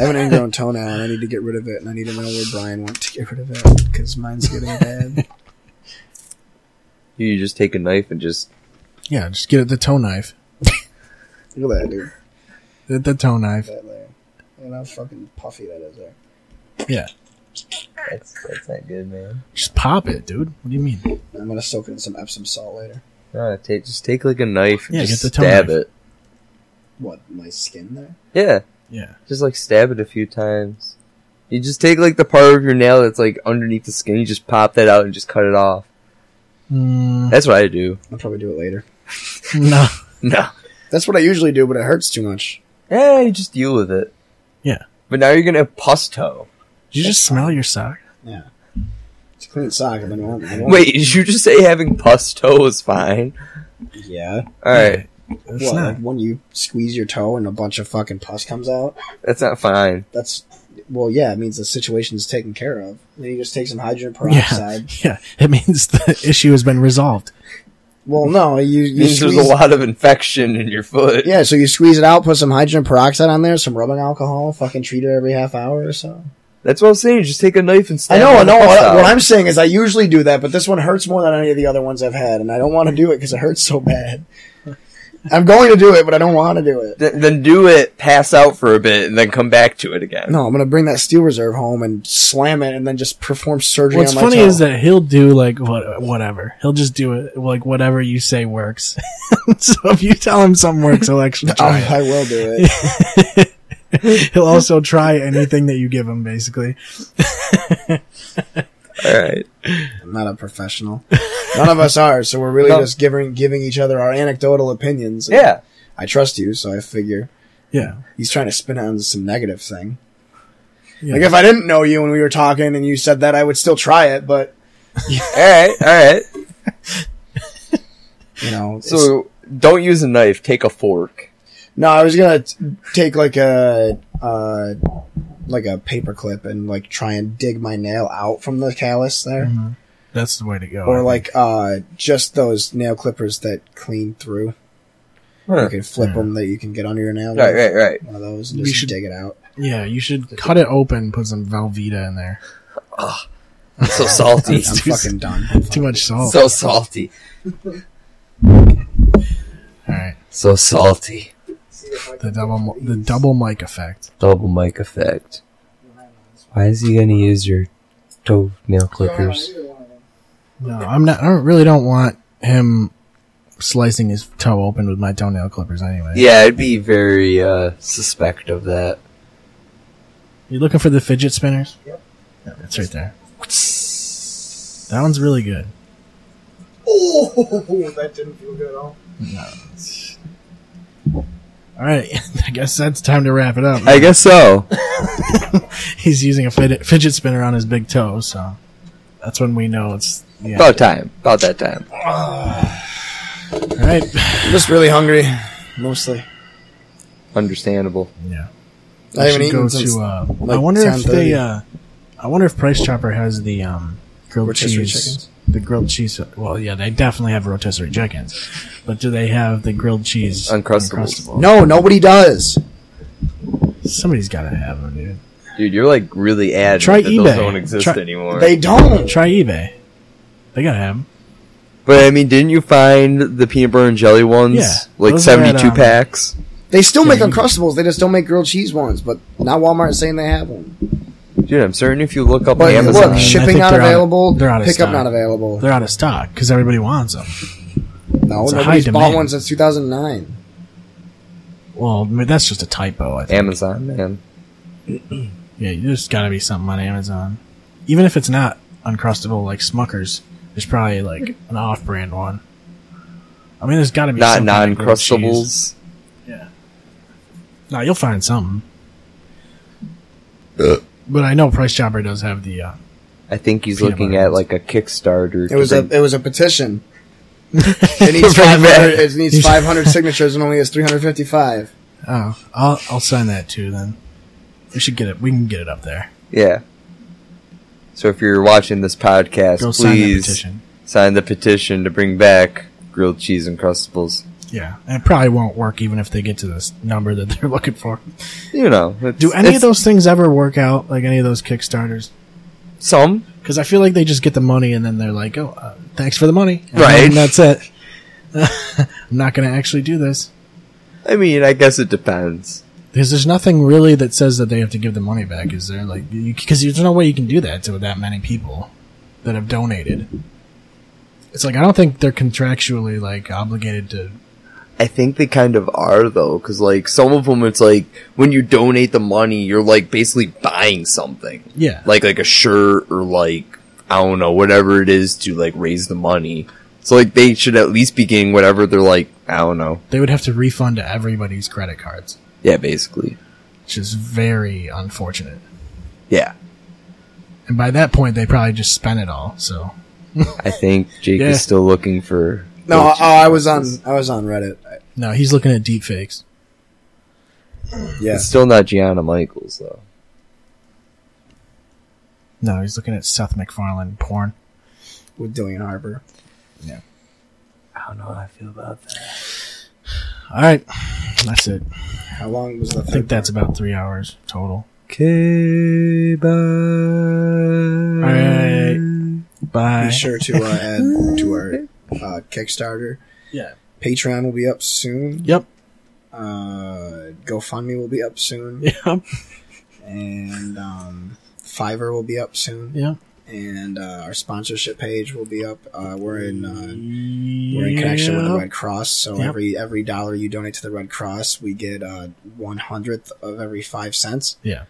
[SPEAKER 1] *laughs*
[SPEAKER 3] have an ingrown toenail and I need to get rid of it, and I need to know where Brian went to get rid of it because mine's
[SPEAKER 1] *laughs*
[SPEAKER 3] getting bad.
[SPEAKER 4] you just take a knife and just
[SPEAKER 1] yeah, just get it the toe knife,
[SPEAKER 3] Look at that, dude.
[SPEAKER 1] the, the toe knife.
[SPEAKER 3] That layer. And how fucking puffy that is there.
[SPEAKER 1] Yeah,
[SPEAKER 4] that's, that's not good, man.
[SPEAKER 1] just pop it, dude. What do you mean?
[SPEAKER 3] I'm gonna soak it in some Epsom salt later.
[SPEAKER 4] No, take, just take like a knife and
[SPEAKER 1] Yeah,
[SPEAKER 4] just
[SPEAKER 1] get the toe
[SPEAKER 4] stab
[SPEAKER 1] knife.
[SPEAKER 4] it.
[SPEAKER 3] What? My skin there?
[SPEAKER 4] Yeah,
[SPEAKER 1] Yeah,
[SPEAKER 4] just like stab it a few times. You just take like the part of your nail that's like underneath the skin. You just pop that out and just cut it off.
[SPEAKER 1] mm, *laughs*
[SPEAKER 4] That's what I do. *laughs*
[SPEAKER 3] I'll probably do it later.
[SPEAKER 1] no.
[SPEAKER 4] No.
[SPEAKER 3] That's what I usually do, but it hurts too much.
[SPEAKER 4] Yeah, you just deal with it.
[SPEAKER 1] Yeah.
[SPEAKER 4] But now you're gonna have pus toe.
[SPEAKER 1] Did you just smell your sock?
[SPEAKER 3] Yeah. It's a clean sock. I've been wrong. I won't-
[SPEAKER 4] Wait, *laughs* did you just say having pus toe is fine?
[SPEAKER 3] Yeah.
[SPEAKER 4] Alright.
[SPEAKER 1] It's
[SPEAKER 3] What?
[SPEAKER 1] not.
[SPEAKER 3] Like when you squeeze your toe and a bunch of fucking pus comes out?
[SPEAKER 4] That's not fine.
[SPEAKER 3] That's. Well, yeah, it means the situation's taken care of. Then you just take some hydrogen
[SPEAKER 1] Yeah,
[SPEAKER 3] peroxide.
[SPEAKER 1] yeah. *laughs* It means the issue has been resolved.
[SPEAKER 3] Well, no, you
[SPEAKER 4] It
[SPEAKER 3] you
[SPEAKER 4] means there's
[SPEAKER 3] squeeze,
[SPEAKER 4] a lot of infection in your foot.
[SPEAKER 3] Yeah, so you squeeze it out, put some hydrogen peroxide on there, some rubbing alcohol, fucking treat it every half hour or so.
[SPEAKER 4] That's what I'm saying. Just take a knife and
[SPEAKER 3] I
[SPEAKER 4] stab.
[SPEAKER 3] know, I
[SPEAKER 4] the
[SPEAKER 3] know.
[SPEAKER 4] pus
[SPEAKER 3] What,
[SPEAKER 4] out.
[SPEAKER 3] what I'm saying is, I usually do that, but this one hurts more than any of the other ones I've had, and I don't want to do it because it hurts so *laughs* bad. I'm going to do it, but I don't want to do it.
[SPEAKER 4] Th- then do it, pass out for a bit, and then come back to it again.
[SPEAKER 3] No, I'm going to bring that steel reserve home and slam it, and then just perform surgery.
[SPEAKER 1] What's
[SPEAKER 3] on my
[SPEAKER 1] funny
[SPEAKER 3] toe.
[SPEAKER 1] is that he'll do like what, whatever. He'll just do it like whatever you say works. *laughs* so if you tell him something works, he'll actually try
[SPEAKER 3] *laughs* I, I will do it.
[SPEAKER 1] it. He'll also try anything that you give him, basically.
[SPEAKER 4] Alright.
[SPEAKER 3] I'm not a professional. None of us are, so we're really
[SPEAKER 4] No.
[SPEAKER 3] just giving giving each other our anecdotal opinions. and
[SPEAKER 4] Yeah.
[SPEAKER 3] I trust you, so I figure
[SPEAKER 1] Yeah.
[SPEAKER 3] he's trying to spin it on some negative thing.
[SPEAKER 1] yeah.
[SPEAKER 3] Like if I didn't know you and we were talking and you said that, I would still try it. But
[SPEAKER 4] Alright, alright.
[SPEAKER 3] you know, it's-
[SPEAKER 4] *laughs* So don't use a knife, take a fork.
[SPEAKER 3] no, I was gonna t- take like a uh, like a paper clip and like try and dig my nail out from the callus there,
[SPEAKER 1] That's the way to go. Mm-hmm. Oh, I
[SPEAKER 3] or
[SPEAKER 1] think.
[SPEAKER 3] like uh, just those nail clippers that clean through. You
[SPEAKER 4] Huh.
[SPEAKER 3] can flip them that you can get under your nail.
[SPEAKER 4] Right, right, right.
[SPEAKER 3] One of those and
[SPEAKER 1] We
[SPEAKER 3] just
[SPEAKER 1] should-
[SPEAKER 3] dig
[SPEAKER 1] *laughs*
[SPEAKER 3] it out.
[SPEAKER 1] yeah, you should cut it open, put some Velveeta in there.
[SPEAKER 4] I'm
[SPEAKER 3] *laughs*
[SPEAKER 4] so salty.
[SPEAKER 3] I'm
[SPEAKER 1] *laughs*
[SPEAKER 3] fucking done. I'm
[SPEAKER 1] Too
[SPEAKER 3] fucking-
[SPEAKER 1] much salt.
[SPEAKER 4] so salty.
[SPEAKER 1] All right,
[SPEAKER 4] So salty.
[SPEAKER 1] the double the double mic effect.
[SPEAKER 4] Double mic effect. Why is he gonna use your toe nail clippers?
[SPEAKER 1] No, I'm not. I don't, really don't want him slicing his toe open with my toenail clippers. Anyway,
[SPEAKER 4] Yeah, I'd be very uh, suspect of that.
[SPEAKER 1] you looking for the fidget spinners? Yep. That's right there. That one's really good.
[SPEAKER 3] *laughs* Oh, *laughs* that didn't feel good at all.
[SPEAKER 1] All right, *laughs* I guess that's time to wrap it up.
[SPEAKER 4] I guess so.
[SPEAKER 1] *laughs* He's using a fidget, fidget spinner on his big toe, so that's when we know it's. Yeah.
[SPEAKER 4] *laughs* About time. About that time.
[SPEAKER 1] All right. *laughs*
[SPEAKER 3] I'm just really hungry, mostly.
[SPEAKER 4] Understandable.
[SPEAKER 1] Yeah.
[SPEAKER 3] I
[SPEAKER 1] We
[SPEAKER 3] haven't
[SPEAKER 1] should
[SPEAKER 3] eaten
[SPEAKER 1] go
[SPEAKER 3] since.
[SPEAKER 1] to. Uh, I
[SPEAKER 3] like,
[SPEAKER 1] wonder if they.
[SPEAKER 3] 10:30.
[SPEAKER 1] Uh, I wonder if Price Chopper has the um, grilled
[SPEAKER 3] Rotisserie
[SPEAKER 1] cheese.
[SPEAKER 3] chickens?
[SPEAKER 1] The grilled cheese. Well, yeah, they definitely have rotisserie chickens, but do they have the grilled cheese
[SPEAKER 4] Uncrustables.
[SPEAKER 1] Uncrustable?
[SPEAKER 3] no, nobody does.
[SPEAKER 1] Somebody's got to have them, dude.
[SPEAKER 4] Dude, you're like really adamant
[SPEAKER 1] Try
[SPEAKER 4] that those
[SPEAKER 1] eBay.
[SPEAKER 4] don't exist
[SPEAKER 1] Try-
[SPEAKER 4] anymore.
[SPEAKER 3] They don't.
[SPEAKER 1] Try eBay. They gotta have them.
[SPEAKER 4] but I mean, didn't you find the peanut butter and jelly ones?
[SPEAKER 1] Yeah,
[SPEAKER 4] like
[SPEAKER 1] those are at,
[SPEAKER 4] 72
[SPEAKER 1] um,
[SPEAKER 4] packs?
[SPEAKER 3] They still make
[SPEAKER 1] Yeah.
[SPEAKER 3] Uncrustables. They just don't make grilled cheese ones. But now Walmart's saying they have one.
[SPEAKER 4] Dude, I'm certain if you look up
[SPEAKER 3] But
[SPEAKER 4] Amazon.
[SPEAKER 3] look,
[SPEAKER 1] I
[SPEAKER 3] shipping
[SPEAKER 1] think
[SPEAKER 3] not
[SPEAKER 1] they're out of-
[SPEAKER 3] available.
[SPEAKER 1] they're out of
[SPEAKER 3] pickup
[SPEAKER 1] stock.
[SPEAKER 3] not available.
[SPEAKER 1] They're out of stock because everybody wants them.
[SPEAKER 3] no,
[SPEAKER 1] it's a
[SPEAKER 3] nobody's
[SPEAKER 1] high
[SPEAKER 3] bought
[SPEAKER 1] demand.
[SPEAKER 3] one since 2009.
[SPEAKER 1] Well, I mean, that's just a typo. I think.
[SPEAKER 4] Amazon, man.
[SPEAKER 1] Yeah, there's got to be something on Amazon, even if it's not uncrustable like Smuckers. There's probably like an off-brand one. I mean, there's got to be
[SPEAKER 4] Not
[SPEAKER 1] something like
[SPEAKER 4] non
[SPEAKER 1] grilled cheese.
[SPEAKER 4] crustables.
[SPEAKER 1] No, you'll find something. But I know Price Chopper does have the. Uh,
[SPEAKER 4] I think he's
[SPEAKER 1] Peanut
[SPEAKER 4] looking
[SPEAKER 1] butter
[SPEAKER 4] at
[SPEAKER 1] ones.
[SPEAKER 4] like a Kickstarter.
[SPEAKER 3] It
[SPEAKER 4] to
[SPEAKER 3] was a
[SPEAKER 4] bring-
[SPEAKER 3] it was
[SPEAKER 1] *laughs*
[SPEAKER 3] a petition. It needs
[SPEAKER 4] Bring
[SPEAKER 3] five hundred.
[SPEAKER 4] back-
[SPEAKER 3] It needs five hundred signatures and only has three hundred fifty five.
[SPEAKER 1] oh, I'll I'll sign that too. Then we should get it. We can get it up there.
[SPEAKER 4] yeah. So if you're watching this podcast,
[SPEAKER 1] Go sign the
[SPEAKER 4] please
[SPEAKER 1] petition.
[SPEAKER 4] sign the petition to bring back grilled cheese and crustables.
[SPEAKER 1] Yeah, and it probably won't work even if they get to this number that they're *laughs* looking for.
[SPEAKER 4] You know, it's-
[SPEAKER 1] Do any
[SPEAKER 4] it's
[SPEAKER 1] of those things ever work out? Like any of those Kickstarters?
[SPEAKER 4] some?
[SPEAKER 1] Because I feel like they just get the money and then they're like, "Oh, uh, thanks for the money." And
[SPEAKER 4] Right.
[SPEAKER 1] then that's it. *laughs* I'm not going to actually do this
[SPEAKER 4] I mean, I guess it depends.
[SPEAKER 1] because there's nothing really that says that they have to give the money back, is there? Like, because there's no way you can do that to that many people that have donated. It's like I don't think they're contractually like obligated to.
[SPEAKER 4] I think they kind of are though, because like some of them, it's like when you donate the money, you're like basically buying something,
[SPEAKER 1] Yeah,
[SPEAKER 4] like like a shirt or like I don't know whatever it is to like raise the money. So like they should at least be getting whatever they're like. I don't know.
[SPEAKER 1] they would have to refund to everybody's credit cards,
[SPEAKER 4] Yeah, basically.
[SPEAKER 1] which is very unfortunate.
[SPEAKER 4] Yeah,
[SPEAKER 1] And by that point, they probably just spent it all. So
[SPEAKER 4] I think Jake
[SPEAKER 1] Yeah.
[SPEAKER 4] is still looking for.
[SPEAKER 3] No, oh, I was on I was on Reddit.
[SPEAKER 1] no, he's looking at deep fakes.
[SPEAKER 3] Yeah,
[SPEAKER 4] It's still not Gianna Michaels though.
[SPEAKER 1] No, he's looking at Seth MacFarlane porn.
[SPEAKER 3] with Dillian Harper.
[SPEAKER 5] I don't know how I feel about that.
[SPEAKER 1] All right, that's it.
[SPEAKER 3] How long was the
[SPEAKER 1] I
[SPEAKER 3] third?
[SPEAKER 1] think that's about three hours total.
[SPEAKER 5] Okay, bye.
[SPEAKER 1] All right, bye.
[SPEAKER 3] Be sure to uh, add
[SPEAKER 1] *laughs*
[SPEAKER 3] to our uh, Kickstarter.
[SPEAKER 1] Yeah.
[SPEAKER 3] Patreon will be up soon.
[SPEAKER 5] *laughs*
[SPEAKER 1] Yep.
[SPEAKER 3] Uh, GoFundMe will be up soon,
[SPEAKER 1] Yep.
[SPEAKER 3] and um, Fiverr will be up soon,
[SPEAKER 1] Yep.
[SPEAKER 3] and uh, our sponsorship page will be up. Uh, we're in. Uh,
[SPEAKER 1] We're
[SPEAKER 3] We're in connection with the Red Cross, so
[SPEAKER 1] Yep.
[SPEAKER 3] every every dollar you donate to the Red Cross, we get uh, one hundredth of every five cents.
[SPEAKER 1] Yeah.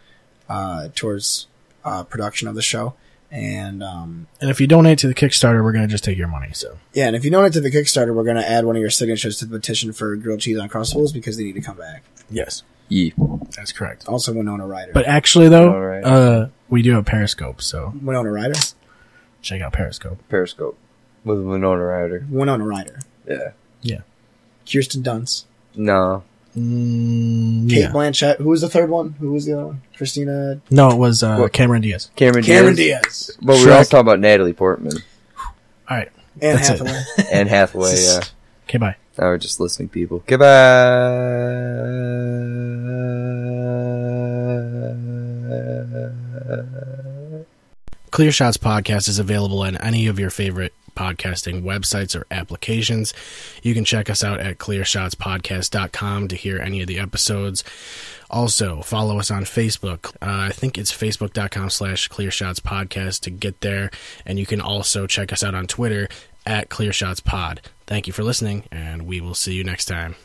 [SPEAKER 3] Uh, towards uh, production of the show, and um,
[SPEAKER 1] And if you donate to the Kickstarter, we're gonna just take your money. So
[SPEAKER 3] yeah, and if you donate to the Kickstarter, we're gonna add one of your signatures to the petition for grilled cheese on crossables because they need to come back.
[SPEAKER 1] yes,
[SPEAKER 4] Yeah.
[SPEAKER 1] that's correct.
[SPEAKER 3] Also, Winona Ryder.
[SPEAKER 1] But actually, though,
[SPEAKER 4] All right.
[SPEAKER 1] uh, we do have Periscope, so
[SPEAKER 3] Winona Ryder.
[SPEAKER 1] check out Periscope.
[SPEAKER 4] Periscope with Winona Ryder.
[SPEAKER 3] Winona Ryder.
[SPEAKER 4] Yeah.
[SPEAKER 3] Kirsten Dunst.
[SPEAKER 4] No.
[SPEAKER 1] Mm,
[SPEAKER 3] Kate
[SPEAKER 1] yeah.
[SPEAKER 3] Blanchett. Who was the third one? Who was the other one? Christina.
[SPEAKER 1] No, it was uh,
[SPEAKER 4] What?
[SPEAKER 1] Cameron Diaz.
[SPEAKER 4] Cameron.
[SPEAKER 3] Cameron
[SPEAKER 4] Diaz.
[SPEAKER 3] Diaz.
[SPEAKER 4] But we were
[SPEAKER 1] Shrek.
[SPEAKER 4] also talking about Natalie Portman
[SPEAKER 1] All right.
[SPEAKER 3] And
[SPEAKER 1] That's it.
[SPEAKER 3] Hathaway.
[SPEAKER 1] *laughs*
[SPEAKER 4] *laughs* and Hathaway. Yeah.
[SPEAKER 1] Okay. Bye.
[SPEAKER 4] Now we're just listening people. Goodbye.
[SPEAKER 1] Clear Shots Podcast is available on any of your favorite podcasting websites or applications. You can check us out at clearshotspodcast.com to hear any of the episodes. Also, follow us on Facebook. Uh, I think it's facebook.com slash clearshotspodcast to get there. And you can also check us out on Twitter at clearshotspod. Thank you for listening, and we will see you next time.